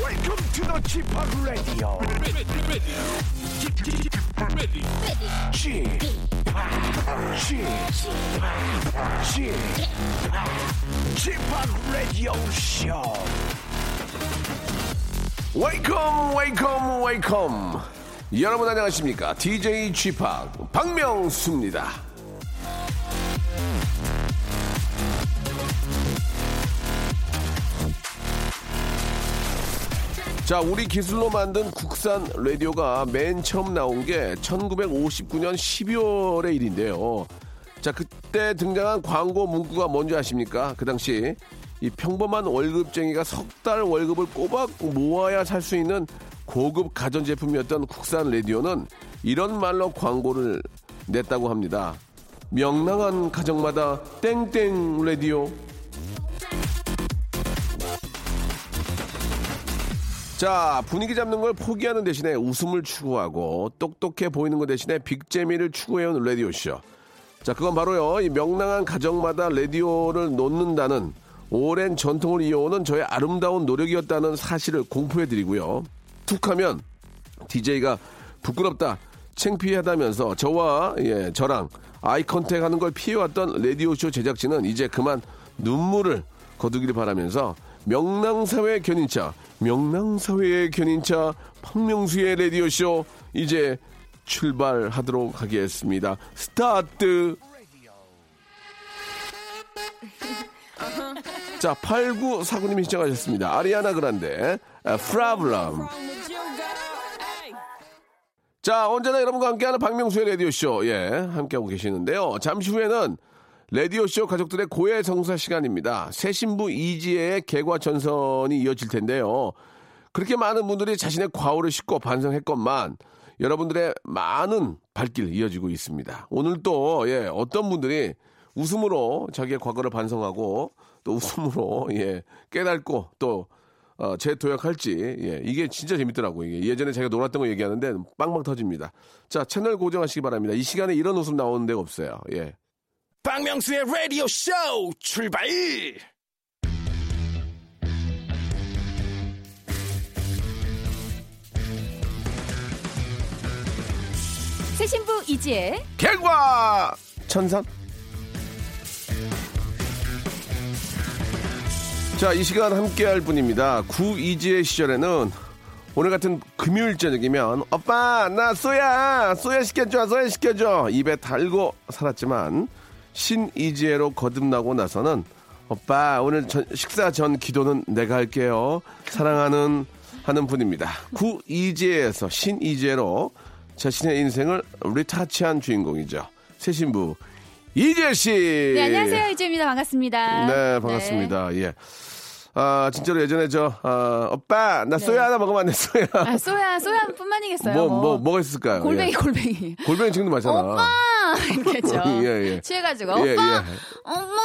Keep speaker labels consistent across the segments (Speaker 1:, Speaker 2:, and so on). Speaker 1: Welcome to the Chip Radio. Chip, Chip, Chip, Radio Show. Welcome, welcome, welcome. 여러분 안녕하십니까? DJ g p 팍 박명수입니다. 자, 우리 기술로 만든 국산 라디오가 맨 처음 나온 게 1959년 12월의 일인데요. 자, 그때 등장한 광고 문구가 뭔지 아십니까? 그 당시 이 평범한 월급쟁이가 석 달 월급을 꼬박 모아야 살 수 있는 고급 가전제품이었던 국산 라디오는 이런 말로 광고를 냈다고 합니다. 명랑한 가정마다 땡땡 라디오 자, 분위기 잡는 걸 포기하는 대신에 웃음을 추구하고 똑똑해 보이는 것 대신에 빅재미를 추구해온 라디오쇼. 자, 그건 바로요. 이 명랑한 가정마다 라디오를 놓는다는 오랜 전통을 이어오는 저의 아름다운 노력이었다는 사실을 공포해 드리고요. 툭 하면 DJ가 부끄럽다, 창피하다면서 저와 예, 저랑 아이 컨택 하는 걸 피해왔던 라디오쇼 제작진은 이제 그만 눈물을 거두기를 바라면서 명랑사회의 견인차, 명랑사회의 견인차, 박명수의 라디오쇼 이제 출발하도록 하겠습니다. 스타트! 자, 8949님이 시청하셨습니다. 아리아나 그란데, 프라블럼. 자, 언제나 여러분과 함께하는 박명수의 라디오쇼. 예, 함께하고 계시는데요. 잠시 후에는 라디오쇼 가족들의 고해성사 시간입니다. 새신부 이지혜의 개과천선이 이어질 텐데요. 그렇게 많은 분들이 자신의 과오를 씻고 반성했건만 여러분들의 많은 발길 이어지고 있습니다. 오늘 또, 예, 어떤 분들이 웃음으로 자기의 과거를 반성하고 또 웃음으로, 예, 깨닫고 또 어, 재도약할지 예, 이게 진짜 재밌더라고요. 이게 예전에 제가 놀았던 거 얘기하는데 빵빵 터집니다. 자 채널 고정하시기 바랍니다. 이 시간에 이런 웃음 나오는 데가 없어요. 예.
Speaker 2: 박명수의 라디오 쇼 출발!
Speaker 3: 새 신부 이지혜 네,
Speaker 1: 결과 천선. 자, 이 시간 함께 할 분입니다. 구이지의 시절에는 오늘 같은 금요일 저녁이면 오빠 나 쏘야 쏘야 시켜줘 쏘야 시켜줘 입에 달고 살았지만 신이지혜로 거듭나고 나서는 오빠 오늘 전- 식사 전 기도는 내가 할게요 사랑하는 하는 분입니다 구이지혜에서 신이지혜로 자신의 인생을 리타치한 주인공이죠 새신부 이지혜 씨
Speaker 3: 네 안녕하세요 이지혜입니다 반갑습니다
Speaker 1: 예, 네, 반갑습니다. 예. 아, 진짜로 예전에 저, 아, 오빠, 나 소야 하나 먹으면 안 돼, 소야.
Speaker 3: 네. 아, 소야 소야뿐만이겠어요
Speaker 1: 뭐, 뭐, 뭐가 있을까요?
Speaker 3: 골뱅이
Speaker 1: 예.
Speaker 3: 골뱅이
Speaker 1: 골뱅이 지금도 많잖아.
Speaker 3: 오빠 이렇게죠
Speaker 1: 예, 예.
Speaker 3: 취해가지고
Speaker 1: 예,
Speaker 3: 오빠
Speaker 1: 예.
Speaker 3: 엄마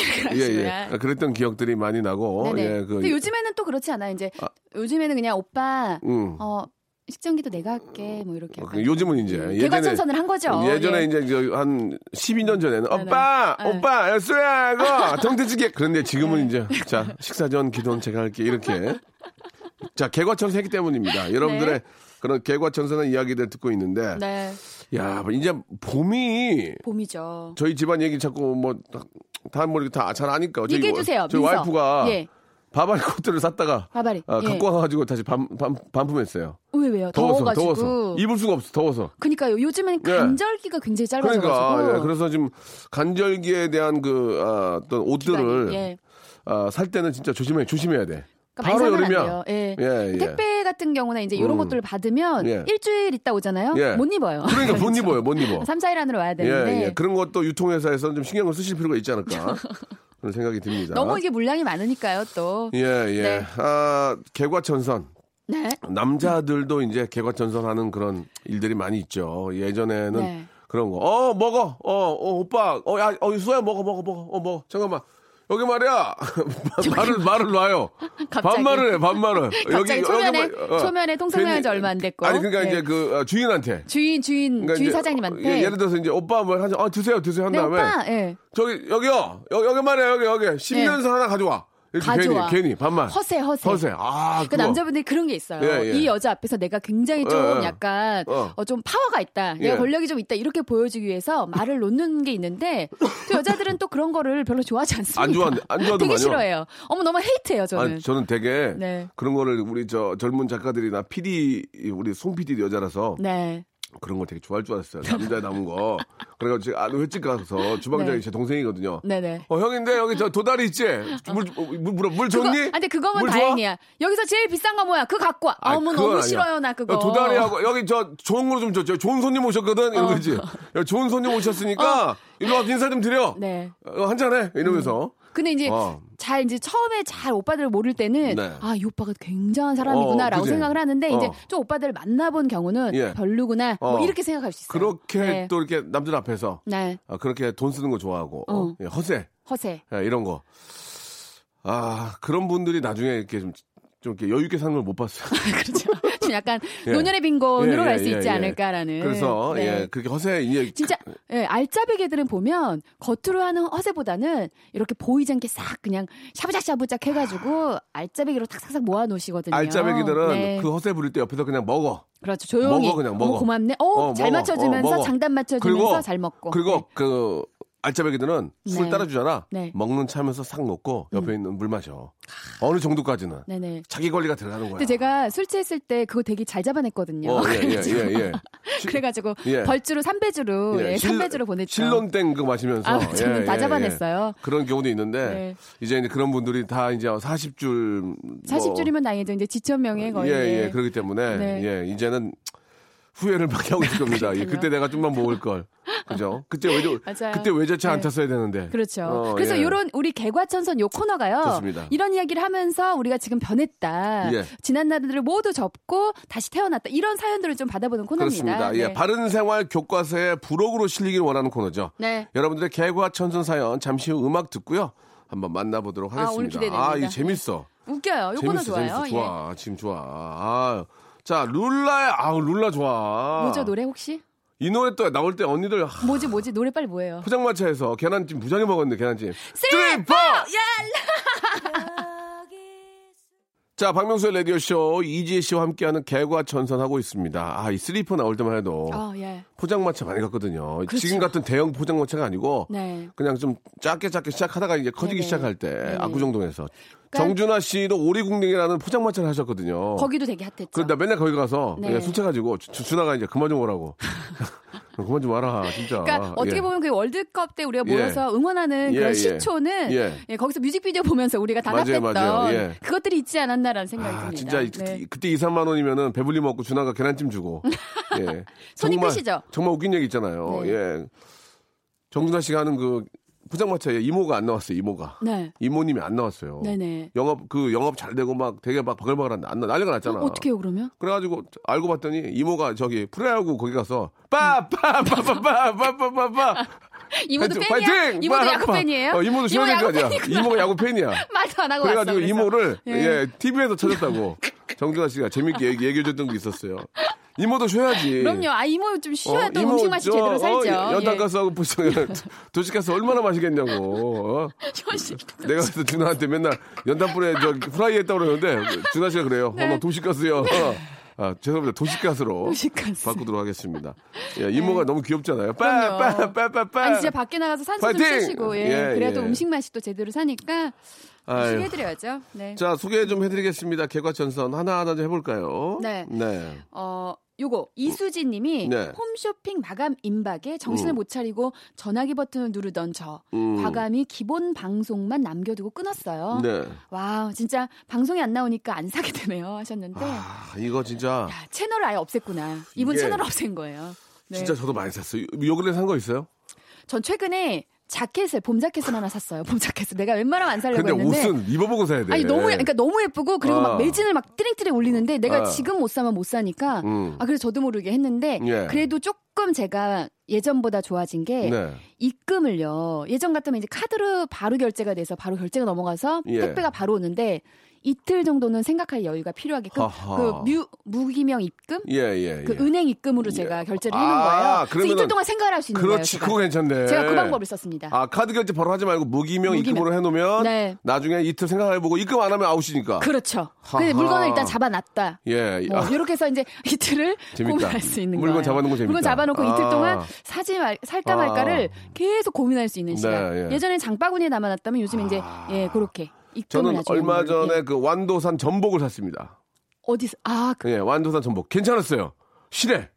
Speaker 3: 이렇게
Speaker 1: 예, 예.
Speaker 3: 하시고요.
Speaker 1: 아, 그랬던 기억들이 많이 나고,
Speaker 3: 네네.
Speaker 1: 예, 그,
Speaker 3: 근데 요즘에는 또 그렇지 않아요 이제 요즘에는 그냥 오빠
Speaker 1: 음.
Speaker 3: 어 식전기도 내가 할게 뭐 이렇게
Speaker 1: 어, 그 요즘은 이제
Speaker 3: 개과천선을 음, 한 거죠
Speaker 1: 예전에
Speaker 3: 예.
Speaker 1: 이제 저 한 12년 전에는
Speaker 3: 네네.
Speaker 1: 오빠
Speaker 3: 네.
Speaker 1: 오빠 야, 쏘야 이거 동태찌개 그런데 지금은 이제 자 식사 전 기도는 제가 할게 이렇게 자 개과천선 했기 때문입니다 여러분들의
Speaker 3: 네.
Speaker 1: 그런 개과천선한 이야기들 듣고 있는데
Speaker 3: 네
Speaker 1: 야, 이제 봄이
Speaker 3: 봄이죠
Speaker 1: 저희 집안 얘기 자꾸 뭐 뭐다뭐 이렇게 다 잘 아니까 저희
Speaker 3: 얘기해 주세요
Speaker 1: 저희
Speaker 3: 민서.
Speaker 1: 와이프가
Speaker 3: 예
Speaker 1: 바바리 코트를 샀다가
Speaker 3: 바바리
Speaker 1: 아,
Speaker 3: 예.
Speaker 1: 갖고 와가지고 다시 반, 반, 반품했어요.
Speaker 3: 왜 왜요
Speaker 1: 더워서
Speaker 3: 더워가지고
Speaker 1: 더워서 입을 수가 없어 더워서.
Speaker 3: 그러니까요. 요즘엔
Speaker 1: 예.
Speaker 3: 간절기가 굉장히 짧아져가지고. 네.
Speaker 1: 그러니까 예, 그래서 지금 간절기에 대한 그 아, 어떤 옷들을
Speaker 3: 기간이, 예.
Speaker 1: 아, 살 때는 진짜 조심해 조심해야 돼.
Speaker 3: 그러니까
Speaker 1: 바로
Speaker 3: 많이 사면
Speaker 1: 여름이야.
Speaker 3: 안 돼요. 예.
Speaker 1: 예, 예.
Speaker 3: 택배 같은 경우나 이제 이런
Speaker 1: 음.
Speaker 3: 것들을 받으면
Speaker 1: 예.
Speaker 3: 일주일 있다 오잖아요.
Speaker 1: 예.
Speaker 3: 못 입어요.
Speaker 1: 그러니까 못
Speaker 3: 그렇죠.
Speaker 1: 입어요, 못 입어.
Speaker 3: 3, 4일 안으로 와야 되는데. 네.
Speaker 1: 예, 예. 그런 것도 유통회사에서는 좀 신경을 쓰실 필요가 있지 않을까 그런 생각이 듭니다.
Speaker 3: 너무 이게 물량이 많으니까요, 또.
Speaker 1: 예, 예.
Speaker 3: 네.
Speaker 1: 아, 개과천선.
Speaker 3: 네.
Speaker 1: 남자들도 이제 개과천선하는 그런 일들이 많이 있죠. 예전에는
Speaker 3: 네.
Speaker 1: 그런 거. 어 먹어. 어, 어, 오빠. 어 야, 어 수아야 먹어 먹어 먹어. 어 먹어. 잠깐만. 여기 말이야. 말을 말을 놔요.
Speaker 3: 갑자기.
Speaker 1: 반말을 해. 반말을.
Speaker 3: 갑자기 초면에,
Speaker 1: 말- 어.
Speaker 3: 초면에 통성명한 지
Speaker 1: 괜히-
Speaker 3: 얼마 안 됐고.
Speaker 1: 아니 그러니까
Speaker 3: 네.
Speaker 1: 이제 그 어, 주인한테.
Speaker 3: 주인, 주인,
Speaker 1: 그러니까
Speaker 3: 주인
Speaker 1: 이제,
Speaker 3: 사장님한테.
Speaker 1: 예, 를 들어서 이제 오빠 뭐 하자. 어 드세요 드세요 한
Speaker 3: 네,
Speaker 1: 다음에
Speaker 3: 오빠, 예.
Speaker 1: 저기 여기요. 여, 여기 말이야 여기 여기. 10년서 하나 가져와. 이렇게
Speaker 3: 네. 가져와.
Speaker 1: 괜히, 괜히 반말.
Speaker 3: 허세, 허세.
Speaker 1: 허세. 아,
Speaker 3: 그
Speaker 1: 그거.
Speaker 3: 남자분들이 그런 게 있어요.
Speaker 1: 예, 예.
Speaker 3: 이 여자 앞에서 내가 굉장히 좀
Speaker 1: 예, 예.
Speaker 3: 약간
Speaker 1: 어.
Speaker 3: 어. 좀 파워가 있다, 내가
Speaker 1: 예.
Speaker 3: 권력이 좀 있다 이렇게 보여주기 위해서 말을 놓는 게 있는데 또 여자들은 또 그런 거를 별로 좋아하지 않습니다.
Speaker 1: 안 좋아한- 안 좋아하더만요.
Speaker 3: 되게 싫어해요. 어머 너무 헤이트해요 저는.
Speaker 1: 아, 저는 되게
Speaker 3: 네.
Speaker 1: 그런 거를 우리 저 젊은 작가들이나 PD 우리 송 PD 도 여자라서
Speaker 3: 네.
Speaker 1: 그런 걸 되게 좋아할 줄 알았어요. 남자 남은 거. 그래가지고 제가 아는 횟집 가서 주방장이
Speaker 3: 네.
Speaker 1: 제 동생이거든요.
Speaker 3: 네네.
Speaker 1: 어 형인데 여기 저 도다리 있지? 물 어, 물 물, 물
Speaker 3: 그거,
Speaker 1: 좋니?
Speaker 3: 아, 근데 그거면
Speaker 1: 물 좋아?
Speaker 3: 다행이야. 여기서 제일 비싼 거 뭐야? 그거 갖고 와.
Speaker 1: 아니,
Speaker 3: 어머
Speaker 1: 그건
Speaker 3: 너무
Speaker 1: 아니야.
Speaker 3: 싫어요 나 그거.
Speaker 1: 야, 도다리하고 여기 저 좋은 거 좀 줬죠. 좋은 손님 오셨거든.
Speaker 3: 어.
Speaker 1: 이러지. 좋은 손님 오셨으니까 일로 와서 인사 좀 드려.
Speaker 3: 네. 음. 예.
Speaker 1: 어, 한잔해 이러면서.
Speaker 3: 근데 이제
Speaker 1: 어.
Speaker 3: 잘 이제 처음에 잘 오빠들을 모를 때는
Speaker 1: 네.
Speaker 3: 아 이 오빠가 굉장한
Speaker 1: 어,
Speaker 3: 사람이구나라고
Speaker 1: 그지?
Speaker 3: 생각을 하는데 이제
Speaker 1: 어.
Speaker 3: 좀 오빠들을 만나본 경우는
Speaker 1: 예.
Speaker 3: 별로구나
Speaker 1: 어.
Speaker 3: 뭐 이렇게 생각할 수 있어요.
Speaker 1: 그렇게
Speaker 3: 네.
Speaker 1: 또 이렇게 남들 앞에서
Speaker 3: 네
Speaker 1: 아, 그렇게 돈 쓰는 거 좋아하고 어,
Speaker 3: 어.
Speaker 1: 예, 허세
Speaker 3: 허세.
Speaker 1: 예, 이런 거. 아 그런 분들이 나중에 이렇게 좀, 좀 이렇게 여유 있게 사는 걸 못 봤어요.
Speaker 3: 그렇죠. 좀 약간
Speaker 1: 예.
Speaker 3: 노년의 빈곤으로
Speaker 1: 예,
Speaker 3: 갈 수
Speaker 1: 예,
Speaker 3: 있지
Speaker 1: 예.
Speaker 3: 않을까라는.
Speaker 1: 그래서
Speaker 3: 네.
Speaker 1: 예, 그렇게 허세 이제
Speaker 3: 진짜 예, 알짜배기 애들은 보면 겉으로 하는 허세보다는 이렇게 보이지 않게 싹 그냥 샤부작샤부작 해가지고 알짜배기로 탁탁탁 모아놓으시거든요.
Speaker 1: 아. 그 알짜배기들은
Speaker 3: 네.
Speaker 1: 그 허세 부릴 때 옆에서 그냥 먹어.
Speaker 3: 그렇죠. 조용히.
Speaker 1: 먹어, 그냥 먹어.
Speaker 3: 어머, 고맙네. 어,
Speaker 1: 어,
Speaker 3: 잘
Speaker 1: 먹어.
Speaker 3: 맞춰주면서
Speaker 1: 어, 먹어.
Speaker 3: 장단 맞춰주면서
Speaker 1: 그리고
Speaker 3: 잘 먹고.
Speaker 1: 그리고 그 알짜배기들은 술
Speaker 3: 네.
Speaker 1: 따라주잖아.
Speaker 3: 네. 음.
Speaker 1: 먹는 차면서 싹 놓고 옆에 있는 물 마셔. 어느 정도까지는
Speaker 3: 네. 네네.
Speaker 1: 자기 권리가 들어가는 거야.
Speaker 3: 근데 제가 술 취했을 때 그거 되게 잘 잡아냈거든요.
Speaker 1: 어, 예, 예,
Speaker 3: 그래가지고,
Speaker 1: 예, 예.
Speaker 3: 그래가지고
Speaker 1: 예.
Speaker 3: 벌주로 3배주로 예,
Speaker 1: 실-
Speaker 3: 3배주로 보냈죠.
Speaker 1: 실론땡 그거 마시면서 예,
Speaker 3: 아, 저는 다 잡아냈어요.
Speaker 1: 그런 경우도 있는데
Speaker 3: 네.
Speaker 1: 이제 이제 그런 분들이 다 이제 40줄 뭐
Speaker 3: 40줄이면 나이죠. 이제 지천명예 거의.
Speaker 1: 예, 예. 그렇기 때문에
Speaker 3: 네.
Speaker 1: 예, 이제는 후회를 많이 하고 있을 겁니다. 예,
Speaker 3: 그렇군요.
Speaker 1: 그때 내가 좀만 모을 걸. 그죠? 그때 외제
Speaker 3: 맞아요.
Speaker 1: 그때 외제차 안
Speaker 3: 네.
Speaker 1: 탔어야 되는데.
Speaker 3: 그렇죠.
Speaker 1: 어,
Speaker 3: 그래서
Speaker 1: 예.
Speaker 3: 이런 우리 개과천선 요 코너가요.
Speaker 1: 좋습니다.
Speaker 3: 이런 이야기를 하면서 우리가 지금 변했다.
Speaker 1: 예.
Speaker 3: 지난 날들을 모두 접고 다시 태어났다. 이런 사연들을 좀 받아보는 코너입니다.
Speaker 1: 그렇습니다. 예,
Speaker 3: 네.
Speaker 1: 바른 생활 교과서에 부록으로 실리길 원하는 코너죠.
Speaker 3: 네.
Speaker 1: 여러분들의 개과천선 사연 잠시 후 음악 듣고요. 한번 만나보도록
Speaker 3: 아, 오늘
Speaker 1: 하겠습니다.
Speaker 3: 기대됩니다.
Speaker 1: 이거 재밌어.
Speaker 3: 웃겨요. 요 코너
Speaker 1: 재밌어,
Speaker 3: 좋아요. 예.
Speaker 1: 재밌어. 좋아. 지금 좋아. 아, 자, 룰라의 아우 룰라 좋아.
Speaker 3: 예. 뭐죠 노래 혹시?
Speaker 1: 이 노래 또 나올 때 언니들 하,
Speaker 3: 뭐지 뭐지 노래 빨리 뭐예요?
Speaker 1: 포장마차에서 계란찜 무장해 먹었는데 계란찜.
Speaker 3: 쓰리, 포!
Speaker 1: 자, 박명수의 라디오 쇼 이지혜 씨와 함께하는 개과천선하고 있습니다. 아, 이 스리퍼 나올 때만 해도
Speaker 3: 아 예.
Speaker 1: 포장마차 많이 갔거든요.
Speaker 3: 그렇죠.
Speaker 1: 지금 같은 대형 포장마차가 아니고
Speaker 3: 네.
Speaker 1: 그냥 좀 작게 작게 시작하다가 이제 커지기
Speaker 3: 네네.
Speaker 1: 시작할 때
Speaker 3: 네네. 그러니까
Speaker 1: 아구정동에서 정준하 씨도 오리궁뎅이라는 포장마차를 하셨거든요.
Speaker 3: 거기도 되게 핫했죠.
Speaker 1: 어. 그러다 맨날 거기 가서
Speaker 3: 네.
Speaker 1: 예, 술 취해가지고 주- 준하가 이제 그만 좀 오라고. 그만 좀 와라 진짜.
Speaker 3: 그러니까 어떻게
Speaker 1: 예.
Speaker 3: 보면 그 월드컵 때 우리가
Speaker 1: 예.
Speaker 3: 모여서 응원하는
Speaker 1: 예,
Speaker 3: 그런
Speaker 1: 예.
Speaker 3: 시초는
Speaker 1: 예.
Speaker 3: 예, 거기서 뮤직비디오 보면서 우리가
Speaker 1: 맞아요,
Speaker 3: 단합했던
Speaker 1: 맞아요. 예.
Speaker 3: 그것들이 있지 않았나라는 생각이
Speaker 1: 아,
Speaker 3: 듭니다.
Speaker 1: 진짜 이- 그때,
Speaker 3: 네.
Speaker 1: 그때 2, 3만 원이면은 배불리 먹고 준하가 계란찜 주고. 예.
Speaker 3: 손이
Speaker 1: 정말-
Speaker 3: 크시죠?
Speaker 1: 정말 웃긴 얘기 있잖아요.
Speaker 3: 네.
Speaker 1: 예. 정준하 씨가 하는 그 포장마차에 이모가 안 나왔어요. 이모가.
Speaker 3: 네.
Speaker 1: 이모님이 안 나왔어요.
Speaker 3: 네네.
Speaker 1: 영업 그 영업 잘 되고 막 되게 막 바글바글한데 안 나- 난리가 났잖아.
Speaker 3: 어떻게 해요 그러면?
Speaker 1: 그래가지고 알고 봤더니 이모가 저기 프레야구 거기 가서 빠빠빠빠빠빠빠빠빠
Speaker 3: 이모도 팬이야? 이모도 야구 팬이에요?
Speaker 1: 어, 이모도 심한
Speaker 3: 야구
Speaker 1: 팬이야.
Speaker 3: 팬이구나.
Speaker 1: 이모가 야구 팬이야.
Speaker 3: 말도 안 하고 왔어.
Speaker 1: 그래가지고
Speaker 3: 그래서.
Speaker 1: 이모를
Speaker 3: 예.
Speaker 1: 예 TV에서 찾았다고 정준하 씨가 재밌게 얘기, 얘기해 줬던 게 있었어요. 이모도 쉬어야지.
Speaker 3: 그럼요. 아 이모 좀 쉬어야
Speaker 1: 어,
Speaker 3: 또
Speaker 1: 예. 이모
Speaker 3: 음식 맛이
Speaker 1: 저,
Speaker 3: 제대로
Speaker 1: 어,
Speaker 3: 살죠. 예.
Speaker 1: 연탄 가스하고 보시면 도시가스 얼마나 마시겠냐고. 어? 내가 그래서 준하한테 맨날 연탄불에 저 프라이 했다고 그러는데 준하 씨가 그래요. 어머 도시가스요. 아, 죄송합니다. 도시가스로
Speaker 3: 네. 도시가스. 네.
Speaker 1: 바꾸도록 하겠습니다. 예, 이모가 너무 귀엽잖아요.
Speaker 3: 그럼요.
Speaker 1: 빠빠빠빠빠.
Speaker 3: 아니 진짜 밖에 나가서 산소 좀
Speaker 1: 파이팅!
Speaker 3: 쐬시고 예.
Speaker 1: 예,
Speaker 3: 그래도
Speaker 1: 예.
Speaker 3: 음식 맛이 또 제대로 사니까
Speaker 1: 아유.
Speaker 3: 소개해드려야죠. 네.
Speaker 1: 자 소개 좀 해드리겠습니다. 개과천선 하나 하나 좀 해볼까요?
Speaker 3: 네.
Speaker 1: 네.
Speaker 3: 어, 요거 이수진 님이
Speaker 1: 네.
Speaker 3: 홈쇼핑 마감 임박에 정신을
Speaker 1: 음.
Speaker 3: 못 차리고 전화기 버튼을 누르던 저
Speaker 1: 음.
Speaker 3: 과감히 기본 방송만 남겨두고 끊었어요.
Speaker 1: 네.
Speaker 3: 와우 진짜 방송이 안 나오니까 안 사게 되네요 하셨는데
Speaker 1: 아 이거 진짜
Speaker 3: 야, 채널을 아예 없앴구나. 이분
Speaker 1: 이게-
Speaker 3: 채널을 없앤 거예요. 네.
Speaker 1: 진짜 저도 많이 샀어요. 요 근래 산거 있어요?
Speaker 3: 전 최근에 자켓을 봄 자켓을 하나 샀어요. 봄 자켓을 내가 웬만하면 안 살려고
Speaker 1: 근데
Speaker 3: 했는데
Speaker 1: 옷은 입어보고 사야 돼.
Speaker 3: 아니 너무 예- 그러니까 너무 예쁘고 그리고
Speaker 1: 아.
Speaker 3: 막 매진을 막 띠링띠링 올리는데 내가
Speaker 1: 아.
Speaker 3: 지금 못 사면 못 사니까
Speaker 1: 음.
Speaker 3: 아 그래서 저도 모르게 했는데
Speaker 1: 예.
Speaker 3: 그래도 조금 제가 예전보다 좋아진 게
Speaker 1: 네.
Speaker 3: 입금을요 예전 같으면 이제 카드로 바로 결제가 돼서 바로 결제가 넘어가서
Speaker 1: 예.
Speaker 3: 택배가 바로 오는데 이틀 정도는 생각할 여유가 필요하게끔
Speaker 1: 하하.
Speaker 3: 그 뮤, 무기명 입금
Speaker 1: 예, 예, 예.
Speaker 3: 그 은행 입금으로 제가 결제를 해놓은
Speaker 1: 아,
Speaker 3: 거예요. 그래서
Speaker 1: 그러면은-
Speaker 3: 이틀 동안 생각을 할 수 있는
Speaker 1: 그렇지, 그거
Speaker 3: 거예요.
Speaker 1: 괜찮네.
Speaker 3: 제가. 제가 그 방법을 썼습니다.
Speaker 1: 아, 카드 결제 바로 하지 말고 무기명,
Speaker 3: 무기명.
Speaker 1: 입금으로 해놓으면
Speaker 3: 네.
Speaker 1: 나중에 이틀 생각해보고 입금 안 하면 아웃이니까.
Speaker 3: 그렇죠. 근데
Speaker 1: 하하.
Speaker 3: 물건을 일단 잡아놨다.
Speaker 1: 예.
Speaker 3: 뭐
Speaker 1: 아,
Speaker 3: 이렇게 해서 이제 이틀을
Speaker 1: 재밌다.
Speaker 3: 고민할 수 있는
Speaker 1: 물건
Speaker 3: 거예요.
Speaker 1: 잡아놓은 거 재밌다.
Speaker 3: 물건 잡아놓고
Speaker 1: 아.
Speaker 3: 이틀 동안 사지 말, 살까
Speaker 1: 아.
Speaker 3: 말까를 계속 고민할 수 있는
Speaker 1: 네,
Speaker 3: 시간.
Speaker 1: 예.
Speaker 3: 예. 전에 장바구니에 담아놨다면 요즘 에 이제 예 그렇게 입금을
Speaker 1: 저는
Speaker 3: 나중에
Speaker 1: 얼마
Speaker 3: 하는 걸로.
Speaker 1: 전에
Speaker 3: 예.
Speaker 1: 그 완도산 전복을 샀습니다.
Speaker 3: 어디서 아 그,
Speaker 1: 예, 완도산 전복. 괜찮았어요. 실해.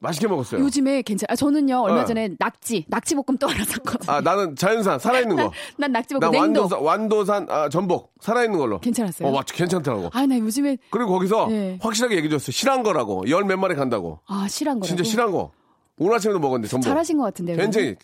Speaker 1: 맛있게 먹었어요.
Speaker 3: 요즘에 괜찮. 아 저는요 얼마
Speaker 1: 예.
Speaker 3: 전에 낙지 낙지볶음 또 하나 샀거든요.
Speaker 1: 아, 나는 자연산, 살아있는 거.
Speaker 3: 난
Speaker 1: 나
Speaker 3: 낙지볶음 냉동
Speaker 1: 완도산, 완도산 아, 전복. 살아있는 걸로.
Speaker 3: 괜찮았어요?
Speaker 1: 어, 맞, 괜찮더라고.
Speaker 3: 아 나 요즘에
Speaker 1: 그리고 거기서
Speaker 3: 네.
Speaker 1: 확실하게 얘기해 줬어요. 실한 거라고. 열 몇 마리 간다고.
Speaker 3: 아 실한 거라고.
Speaker 1: 진짜 실한 거. 오늘 아침에도 먹었는데 전복.
Speaker 3: 잘하신 것 같은데요.
Speaker 1: 굉장히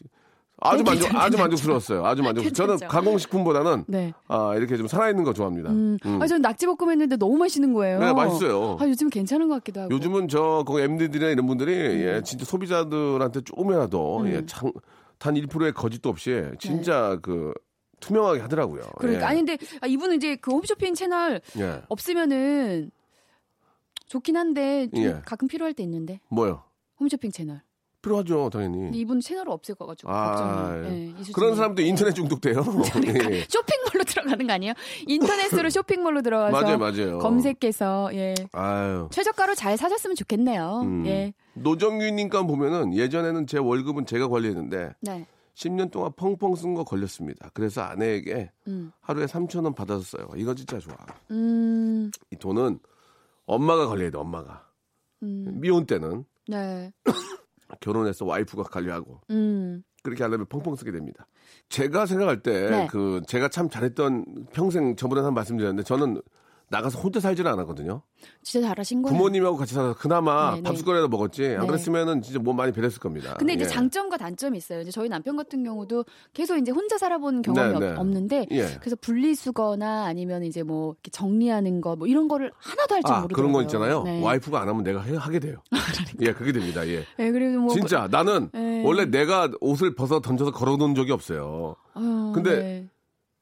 Speaker 1: 아주
Speaker 3: 네,
Speaker 1: 만족 아주
Speaker 3: 괜찮죠.
Speaker 1: 만족스러웠어요. 아주 만족. 저는
Speaker 3: 괜찮죠.
Speaker 1: 가공식품보다는
Speaker 3: 네.
Speaker 1: 아, 이렇게 좀 살아있는 거 좋아합니다.
Speaker 3: 음. 아, 저는 낙지볶음 했는데 너무 맛있는 거예요.
Speaker 1: 네, 맛있어요.
Speaker 3: 아, 요즘 괜찮은 것 같기도 하고.
Speaker 1: 요즘은 저 거기 MD들이나 이런 분들이 예,
Speaker 3: 음.
Speaker 1: 진짜 소비자들한테 조금이라도 예, 참, 단 1%의 거짓도 없이 진짜 그 투명하게 하더라고요.
Speaker 3: 네. 그러니까
Speaker 1: 예.
Speaker 3: 아니 근데 아, 이분은 이제 그 홈쇼핑 채널
Speaker 1: 예.
Speaker 3: 없으면은 좋긴 한데 좀
Speaker 1: 예.
Speaker 3: 가끔 필요할 때 있는데
Speaker 1: 뭐요?
Speaker 3: 홈쇼핑 채널.
Speaker 1: 필요하죠,
Speaker 3: 근데
Speaker 1: 당연히.
Speaker 3: 이분 채널 없을 거 가지고
Speaker 1: 아,
Speaker 3: 걱정이에요. 예, 이
Speaker 1: 그런
Speaker 3: 수준이.
Speaker 1: 사람도 인터넷 중독돼요.
Speaker 3: 그러니까
Speaker 1: 예.
Speaker 3: 쇼핑몰로 들어가는 거 아니에요? 인터넷으로 쇼핑몰로 들어가서
Speaker 1: 맞아요, 맞아요.
Speaker 3: 검색해서 예.
Speaker 1: 아유.
Speaker 3: 최저가로 잘 사셨으면 좋겠네요.
Speaker 1: 음.
Speaker 3: 예.
Speaker 1: 노정규님과 보면은 예전에는 제 월급은 제가 관리했는데
Speaker 3: 네.
Speaker 1: 10년 동안 펑펑 쓴 거 걸렸습니다. 그래서 아내에게
Speaker 3: 음.
Speaker 1: 하루에 3천 원 받아서 써요. 이건 진짜 좋아.
Speaker 3: 음.
Speaker 1: 이 돈은 엄마가 관리해야 돼, 엄마가.
Speaker 3: 음.
Speaker 1: 미혼 때는
Speaker 3: 네.
Speaker 1: 결혼해서 와이프가 관리하고
Speaker 3: 음.
Speaker 1: 그렇게 하려면 펑펑 쓰게 됩니다. 제가 생각할 때
Speaker 3: 네.
Speaker 1: 그 제가 참 잘했던 평생 저번에 한 말씀드렸는데 저는 나가서 혼자 살지는 않았거든요.
Speaker 3: 진짜 잘하신 거예요.
Speaker 1: 부모님하고 같이 살아서 그나마
Speaker 3: 네, 네.
Speaker 1: 밥숟가락이라도 먹었지. 안
Speaker 3: 네.
Speaker 1: 그랬으면은 진짜 몸 많이 배렸을 겁니다.
Speaker 3: 근데 이제
Speaker 1: 예.
Speaker 3: 장점과 단점이 있어요. 이제 저희 남편 같은 경우도 계속 이제 혼자 살아본 경험이
Speaker 1: 네,
Speaker 3: 없-
Speaker 1: 네.
Speaker 3: 없는데
Speaker 1: 예.
Speaker 3: 그래서 분리수거나 아니면 이제 뭐 이렇게 정리하는 거 뭐 이런 거를 하나도 할 줄
Speaker 1: 아
Speaker 3: 모르더라고요.
Speaker 1: 그런 거 있잖아요.
Speaker 3: 네.
Speaker 1: 와이프가 안 하면 내가 해- 하게 돼요. 예, 그게 됩니다. 예.
Speaker 3: 네, 그리고 뭐
Speaker 1: 진짜 나는
Speaker 3: 예.
Speaker 1: 원래 내가 옷을 벗어 던져서 걸어놓은 적이 없어요.
Speaker 3: 어,
Speaker 1: 근데
Speaker 3: 네.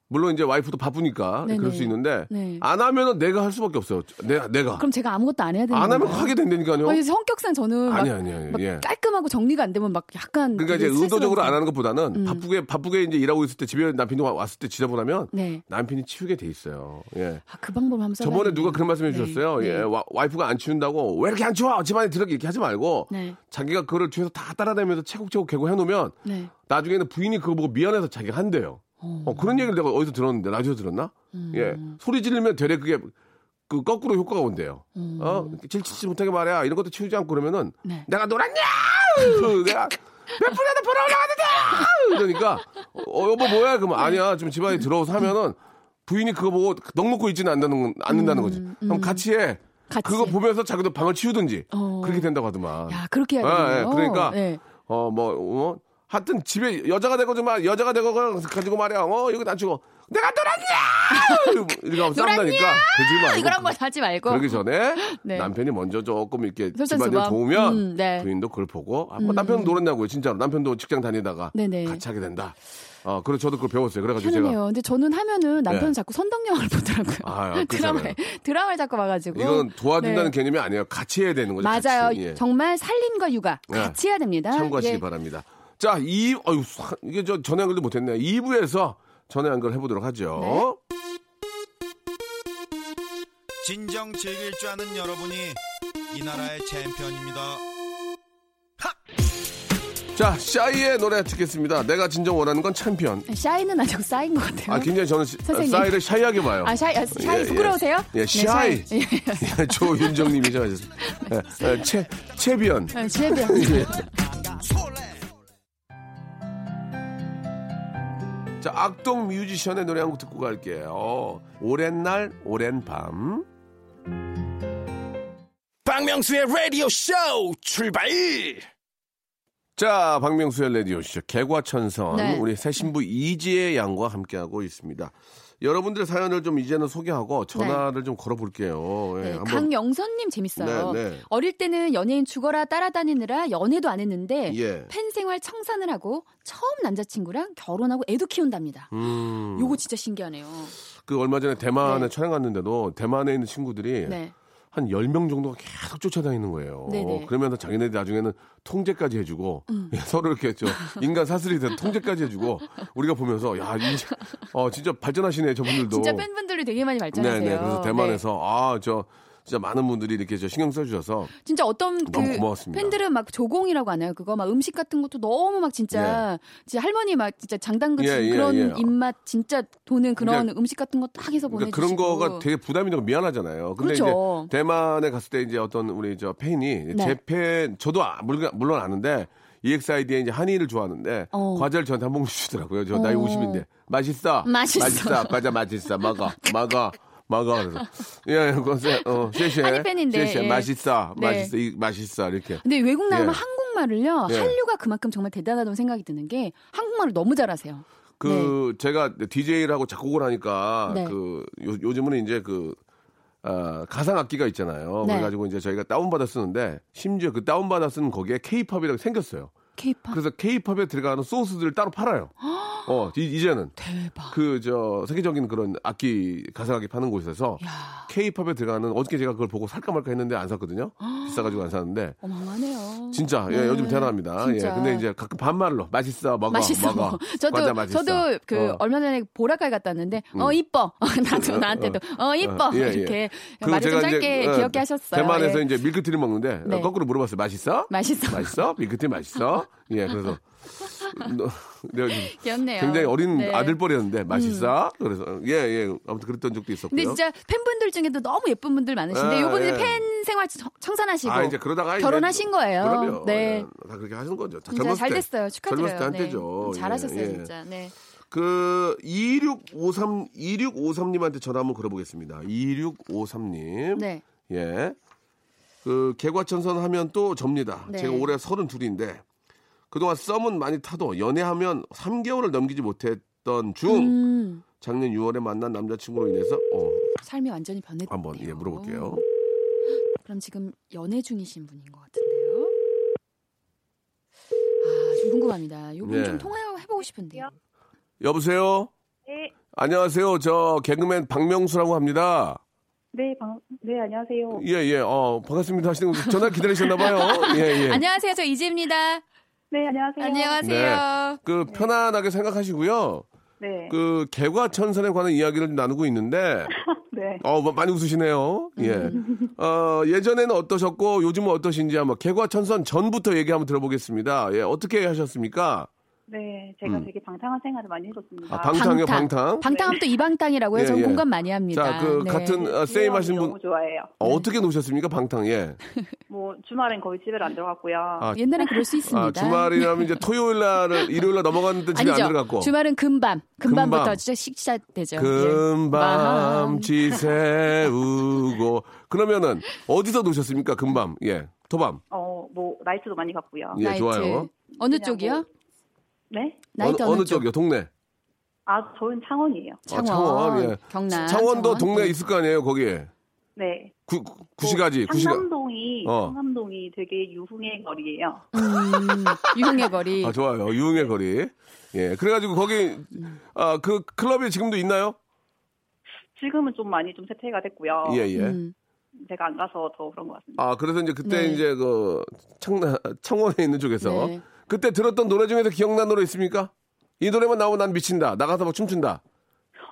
Speaker 1: 물론 이제 와이프도 바쁘니까 예,
Speaker 3: 네네.
Speaker 1: 그럴 수 있는데
Speaker 3: 네.
Speaker 1: 안 하면은 내가 할 수밖에 없어요. 내, 내가
Speaker 3: 그럼 제가 아무것도 안 해야 되는
Speaker 1: 안 하면
Speaker 3: 건가요?
Speaker 1: 하게 된다니까요.
Speaker 3: 아니, 성격상 저는 막,
Speaker 1: 아니 아니 아니.
Speaker 3: 막
Speaker 1: 예.
Speaker 3: 깔끔하고 정리가 안 되면 막 약간
Speaker 1: 그러니까 이제
Speaker 3: 되게 스트레스
Speaker 1: 의도적으로
Speaker 3: 받는
Speaker 1: 안 하는 것보다는
Speaker 3: 음.
Speaker 1: 바쁘게 바쁘게 이제 일하고 있을 때 집에 남편이 와- 왔을 때 지저분하면
Speaker 3: 네.
Speaker 1: 남편이 치우게 돼 있어요. 예.
Speaker 3: 아, 그 방법 한번 써
Speaker 1: 저번에 누가 그런 말씀해 주셨어요.
Speaker 3: 네.
Speaker 1: 예, 와, 이프가안 치운다고 왜 이렇게 안 치워? 집안에 들어 이렇게 하지 말고
Speaker 3: 네.
Speaker 1: 자기가 그거를 뒤에서 다 따라다니면서 채곡채곡 개고 해놓으면
Speaker 3: 네.
Speaker 1: 나중에는 부인이 그거 보고 미안해서 자기가 한대요.
Speaker 3: 어.
Speaker 1: 어, 그런 얘기를 내가 어디서 들었는데 라디오 들었나?
Speaker 3: 음.
Speaker 1: 예 소리 지르면 되레 그게 그 거꾸로 효과가 온대요. 어 질치지 못하게 말이야 이런 것도 치우지 않고 그러면은
Speaker 3: 음, 네.
Speaker 1: 내가 놀았냐? 내가 몇 분이라도 보러 올라왔는데 이러니까 어 여보 뭐야 그러면 아니야 지금 집안에 들어와서 하면은 부인이 그거 보고 넉넉고 있지는 않는다는, 않는다는 거지. 그럼 같이 해.
Speaker 3: 음, 같이.
Speaker 1: 그거 보면서 자기도 방을 치우든지
Speaker 3: 어.
Speaker 1: 그렇게 된다고 하더만.
Speaker 3: 야, 그렇게 해야
Speaker 1: 예,
Speaker 3: 되네요.
Speaker 1: 예, 그러니까
Speaker 3: 네.
Speaker 1: 어 뭐 어? 하여튼 집에 여자가 되고 정말 여자가 되고 가지고 말이야 어 이거 난치고 내가 놀았냐 이렇게 하면 싸운다니까 그지 말고
Speaker 3: 아, 이걸 한번 하지 말고.
Speaker 1: 그러기 전에
Speaker 3: 그러니까. 네.
Speaker 1: 남편이 먼저 조금 이렇게
Speaker 3: 솔선수범.
Speaker 1: 집안일 도우면
Speaker 3: 음, 네. 음.
Speaker 1: 부인도 그걸 보고 아, 뭐 남편은 놀았냐고요 진짜로 남편도 직장 다니다가
Speaker 3: 네네.
Speaker 1: 같이 하게 된다 어 그래서 저도 그걸 배웠어요 그래가지고 제가
Speaker 3: 희한해요. 근데 저는 하면은 남편은
Speaker 1: 네.
Speaker 3: 자꾸 선덕영화를 보더라고요.
Speaker 1: 아, 아, 그렇잖아요.
Speaker 3: 드라마에 드라마를 자꾸 봐가지고.
Speaker 1: 이건 도와준다는
Speaker 3: 네.
Speaker 1: 개념이 아니에요 같이 해야 되는 거죠
Speaker 3: 맞아요.
Speaker 1: 같이. 예.
Speaker 3: 정말 살림과 육아
Speaker 1: 네.
Speaker 3: 같이 해야 됩니다.
Speaker 1: 참고하시기
Speaker 3: 예.
Speaker 1: 바랍니다. 자, 2, 어휴, 사- 이게 저 전화 연결도 못했네. 2부에서 전화 연결 해보도록 하죠.
Speaker 3: 네.
Speaker 4: 진정 즐길 줄 아는 여러분이 이 나라의 챔피언입니다.
Speaker 1: 자, 샤이의 노래 듣겠습니다. 내가 진정 원하는 건 챔피언.
Speaker 3: 샤이는 아직 싸인 것 같아요.
Speaker 1: 아, 굉장히 저는 시-
Speaker 3: 선생님.
Speaker 1: 샤이를 샤이하게 봐요.
Speaker 3: 아, 샤이, 아, 샤이
Speaker 1: 예, 예.
Speaker 3: 부끄러우세요?
Speaker 1: 예,
Speaker 3: 네,
Speaker 1: 샤이.
Speaker 3: 샤이.
Speaker 1: 예, 조윤정님이 저 예, 예, 채, 채비언.
Speaker 3: 아, 쉐비언.
Speaker 1: 예, 자, 악동 뮤지션의 노래 한 곡 듣고 갈게요. 오랜 날, 오랜 밤.
Speaker 2: 박명수의 라디오 쇼 출발!
Speaker 1: 자, 박명수의 라디오쇼 개과천선
Speaker 3: 네.
Speaker 1: 우리 새 신부 이지혜 양과 함께하고 있습니다. 여러분들 사연을 좀 이제는 소개하고 전화를 좀 걸어볼게요. 예,
Speaker 3: 네,
Speaker 1: 한번.
Speaker 3: 강영선님 재밌어요.
Speaker 1: 네, 네.
Speaker 3: 어릴 때는 연예인 죽어라 따라다니느라 연애도 안 했는데
Speaker 1: 예.
Speaker 3: 팬 생활 청산을 하고 처음 남자친구랑 결혼하고 애도 키운답니다.
Speaker 1: 음,
Speaker 3: 요거 진짜 신기하네요.
Speaker 1: 그 얼마 전에 대만에
Speaker 3: 네.
Speaker 1: 촬영 갔는데도 대만에 있는 친구들이
Speaker 3: 네.
Speaker 1: 한 10명 정도가 계속 쫓아다니는 거예요.
Speaker 3: 네네. 음.
Speaker 1: 그러면서 자기네들이 나중에는 통제까지 해주고 예, 서로 이렇게 저 인간 사슬이 돼서 통제까지 해주고 우리가 보면서 야, 이, 어, 진짜 발전하시네 저분들도.
Speaker 3: 진짜 팬분들이 되게 많이 발전하세요.
Speaker 1: 네네. 그래서 대만에서 아, 저 진짜 많은 분들이 이렇게 저 신경 써주셔서
Speaker 3: 네. 진짜 어떤 그
Speaker 1: 너무 고마웠습니다.
Speaker 3: 팬들은 막 조공이라고 하나요? 그거 막 음식 같은 것도 너무 막 진짜 진짜 할머니 막 진짜 장단근
Speaker 1: 예, 예,
Speaker 3: 그런
Speaker 1: 예.
Speaker 3: 입맛 진짜 도는 그런
Speaker 1: 그러니까-
Speaker 3: 음식 같은 거 딱 해서 보내
Speaker 1: 그러니까
Speaker 3: 주시고
Speaker 1: 그런 거가 되게 부담이 되고 미안하잖아요. 근데
Speaker 3: 그렇죠.
Speaker 1: 이제 대만에 갔을 때 이제 어떤 우리 저 팬이
Speaker 3: 네.
Speaker 1: 제팬 저도 아- 물론, 물론 아는데 EXID의 이제 한이를 좋아하는데
Speaker 3: 어.
Speaker 1: 과자를 저한테 한 봉지 주더라고요. 저 나이
Speaker 3: 어.
Speaker 1: 50인데 맛있어.
Speaker 3: 맛있어.
Speaker 1: 과자 맛있어. 먹어. 먹어. 먹어. 그래서 예, 예, 그거 세- 어, 쉐쉐.
Speaker 3: 한이 팬인데,
Speaker 1: 쉐쉐.
Speaker 3: 예.
Speaker 1: 맛있어.
Speaker 3: 네.
Speaker 1: 맛있어. 이, 맛있어. 이렇게.
Speaker 3: 근데 외국 나가면
Speaker 1: 예.
Speaker 3: 한국말을요
Speaker 1: 예.
Speaker 3: 한류가 그만큼 정말 대단하다고 생각이 드는 게 한국말을 너무 잘하세요.
Speaker 1: 그 제가 DJ를 하고 작곡을 하니까
Speaker 3: 네.
Speaker 1: 그 요, 즘은 이제 그 아, 가상 악기가 있잖아요.
Speaker 3: 네.
Speaker 1: 그래가지고 이제 저희가 다운받아 쓰는데 심지어 그 다운받아 쓰는 거기에 K-팝이라고 생겼어요.
Speaker 3: 케이팝
Speaker 1: 그래서 K-팝에 들어가는 소스들을 따로 팔아요. 어 이, 제는
Speaker 3: 대박.
Speaker 1: 그 저 세계적인 그런 악기 가상 악기 파는 곳에서
Speaker 3: 야
Speaker 1: K-팝에 들어가는 어저께 제가 그걸 보고 살까 말까 했는데 안 샀거든요. 비싸가지고 안 샀는데
Speaker 3: 어마어마하네요.
Speaker 1: 진짜 예,
Speaker 3: 아! 네,
Speaker 1: 요즘 대단합니다. 예,
Speaker 3: 진짜.
Speaker 1: 근데 이제 가끔 반말로 맛있어 먹어
Speaker 3: 맛있어.
Speaker 1: 먹어
Speaker 3: 저도
Speaker 1: 과자 맛있어.
Speaker 3: 저도 그
Speaker 1: 어. 음.
Speaker 3: 얼마 전에 보라카이 갔다 왔는데 어 이뻐 나도 나한테도 어 이뻐
Speaker 1: 예, 예.
Speaker 3: 이렇게
Speaker 1: 그리고
Speaker 3: 말을 좀 짧게
Speaker 1: 어,
Speaker 3: 귀엽게 하셨어요.
Speaker 1: 대만에서
Speaker 3: 예.
Speaker 1: 이제 밀크티를 먹는데
Speaker 3: 네.
Speaker 1: 어, 거꾸로 물어봤어요. 맛있어?
Speaker 3: 맛있어.
Speaker 1: 맛있어? 밀크티 맛있어? 예, 그래서 너, 내가 지금
Speaker 3: 귀엽네요.
Speaker 1: 굉장히 어린
Speaker 3: 네.
Speaker 1: 아들뻘이었는데 맛있어? 그래서 예, 예. 아무튼 그랬던 적도 있었고요.
Speaker 3: 근데 진짜 팬분들 중에도 너무 예쁜 분들 많으신데
Speaker 1: 아,
Speaker 3: 요번에
Speaker 1: 예.
Speaker 3: 팬 생활 청- 청산하시고
Speaker 1: 아, 이제 그러다가 이제
Speaker 3: 결혼하신 거예요.
Speaker 1: 그럼요.
Speaker 3: 네.
Speaker 1: 예, 다 그렇게 하는 거죠. 자,
Speaker 3: 진짜
Speaker 1: 젊었을
Speaker 3: 잘
Speaker 1: 때,
Speaker 3: 됐어요. 축하드려요.
Speaker 1: 젊었을 때한
Speaker 3: 네.
Speaker 1: 때죠. 예,
Speaker 3: 잘하셨어요,
Speaker 1: 예.
Speaker 3: 진짜. 네.
Speaker 1: 그 2653 2653님한테 전화 한번 걸어보겠습니다. 2653님.
Speaker 3: 네.
Speaker 1: 예. 그 개과천선 하면 또 접니다.
Speaker 3: 네.
Speaker 1: 제가 올해 32인데 그동안 썸은 많이 타도 연애하면 3개월을 넘기지 못했던 중
Speaker 3: 음,
Speaker 1: 작년 6월에 만난 남자친구로 인해서 어,
Speaker 3: 삶이 완전히 변했네요.
Speaker 1: 한번 예 물어볼게요.
Speaker 3: 그럼 지금 연애 중이신 분인 것 같은데요. 아, 좀 궁금합니다. 요분
Speaker 1: 예.
Speaker 3: 좀 통화해 보고 싶은데요.
Speaker 1: 여보세요.
Speaker 5: 네,
Speaker 1: 안녕하세요. 저 개그맨 박명수라고 합니다.
Speaker 5: 네, 방, 네, 안녕하세요.
Speaker 1: 예, 예. 어, 반갑습니다. 하시는 분 전화 기다리셨나 봐요. 예, 예.
Speaker 3: 안녕하세요. 저 이지입니다.
Speaker 5: 네, 안녕하세요.
Speaker 3: 안녕하세요.
Speaker 1: 그 편안하게 생각하시고요.
Speaker 5: 네,
Speaker 1: 그 개과천선에 관한 이야기를 좀 나누고 있는데
Speaker 5: 네.
Speaker 1: 어, 마- 많이 웃으시네요. 예. 어, 예전에는 어떠셨고 요즘은 어떠신지 한번 개과천선 전부터 얘기 한번 들어보겠습니다. 예, 어떻게 하셨습니까?
Speaker 5: 네, 제가
Speaker 1: 음.
Speaker 5: 되게 방탕한 생활을 많이 해줬습니다.
Speaker 1: 아, 방탕이요, 방탕.
Speaker 3: 방탕하면 또 이방탕이라고 해서
Speaker 1: 예, 예.
Speaker 3: 공감 많이
Speaker 1: 자,
Speaker 3: 합니다.
Speaker 1: 그
Speaker 3: 네.
Speaker 1: 같은 어,
Speaker 5: 세
Speaker 1: 세임 하신 분
Speaker 5: 너무 좋아해요.
Speaker 1: 어, 어떻게 노셨습니까? 방탕. 예.
Speaker 5: 뭐 주말엔 거의 집에 안 들어갔고요.
Speaker 1: 아,
Speaker 3: 옛날엔 그럴 수
Speaker 1: 아,
Speaker 3: 있습니다.
Speaker 1: 주말이라면 이제 토요일 날을 일요일 날 넘어갔는데 집에 안
Speaker 3: 아니죠. 예.
Speaker 1: 들어갔고.
Speaker 3: 주말은 금밤. 금밤부터
Speaker 1: 금밤.
Speaker 3: 진짜 식사되죠.
Speaker 1: 금밤
Speaker 3: 밤.
Speaker 1: 지새우고 그러면은 어디서 노셨습니까? 금밤. 예. 토밤.
Speaker 5: 어, 뭐 나이트도 많이 갔고요.
Speaker 1: 예, 좋아요.
Speaker 3: 어느
Speaker 5: 그냥
Speaker 3: 쪽이요?
Speaker 5: 뭐- 네,
Speaker 3: 나이트
Speaker 1: 어느,
Speaker 3: 어느,
Speaker 1: 어느 쪽이요? 동네.
Speaker 5: 아, 저는 창원이에요.
Speaker 1: 어,
Speaker 3: 창원,
Speaker 1: 창원, 예.
Speaker 3: 경남.
Speaker 1: 창원도
Speaker 3: 창원. 예.
Speaker 1: 동네 있을 거 아니에요, 거기에.
Speaker 5: 네,
Speaker 1: 구, 구시가지,
Speaker 5: 뭐
Speaker 1: 구시가.
Speaker 5: 상남동이
Speaker 1: 어.
Speaker 5: 상남동이 되게 유흥의 거리예요.
Speaker 3: 음, 유흥의 거리.
Speaker 1: 아 좋아요 유흥의 거리 예 그래가지고 거기 아 그 클럽이 지금도 있나요
Speaker 5: 지금은 좀 많이 좀 세퇴가 됐고요.
Speaker 1: 예 예 아
Speaker 3: 음.
Speaker 5: 제가 안 가서 더 그런 것 같습니다.
Speaker 1: 그래서 이제 그때
Speaker 3: 네.
Speaker 1: 이제 그 창, 창원에 있는 쪽에서
Speaker 3: 네.
Speaker 1: 그때 들었던 노래 중에서 기억난 노래 있습니까 이 노래만 나오면 난 미친다 나가서 막 춤춘다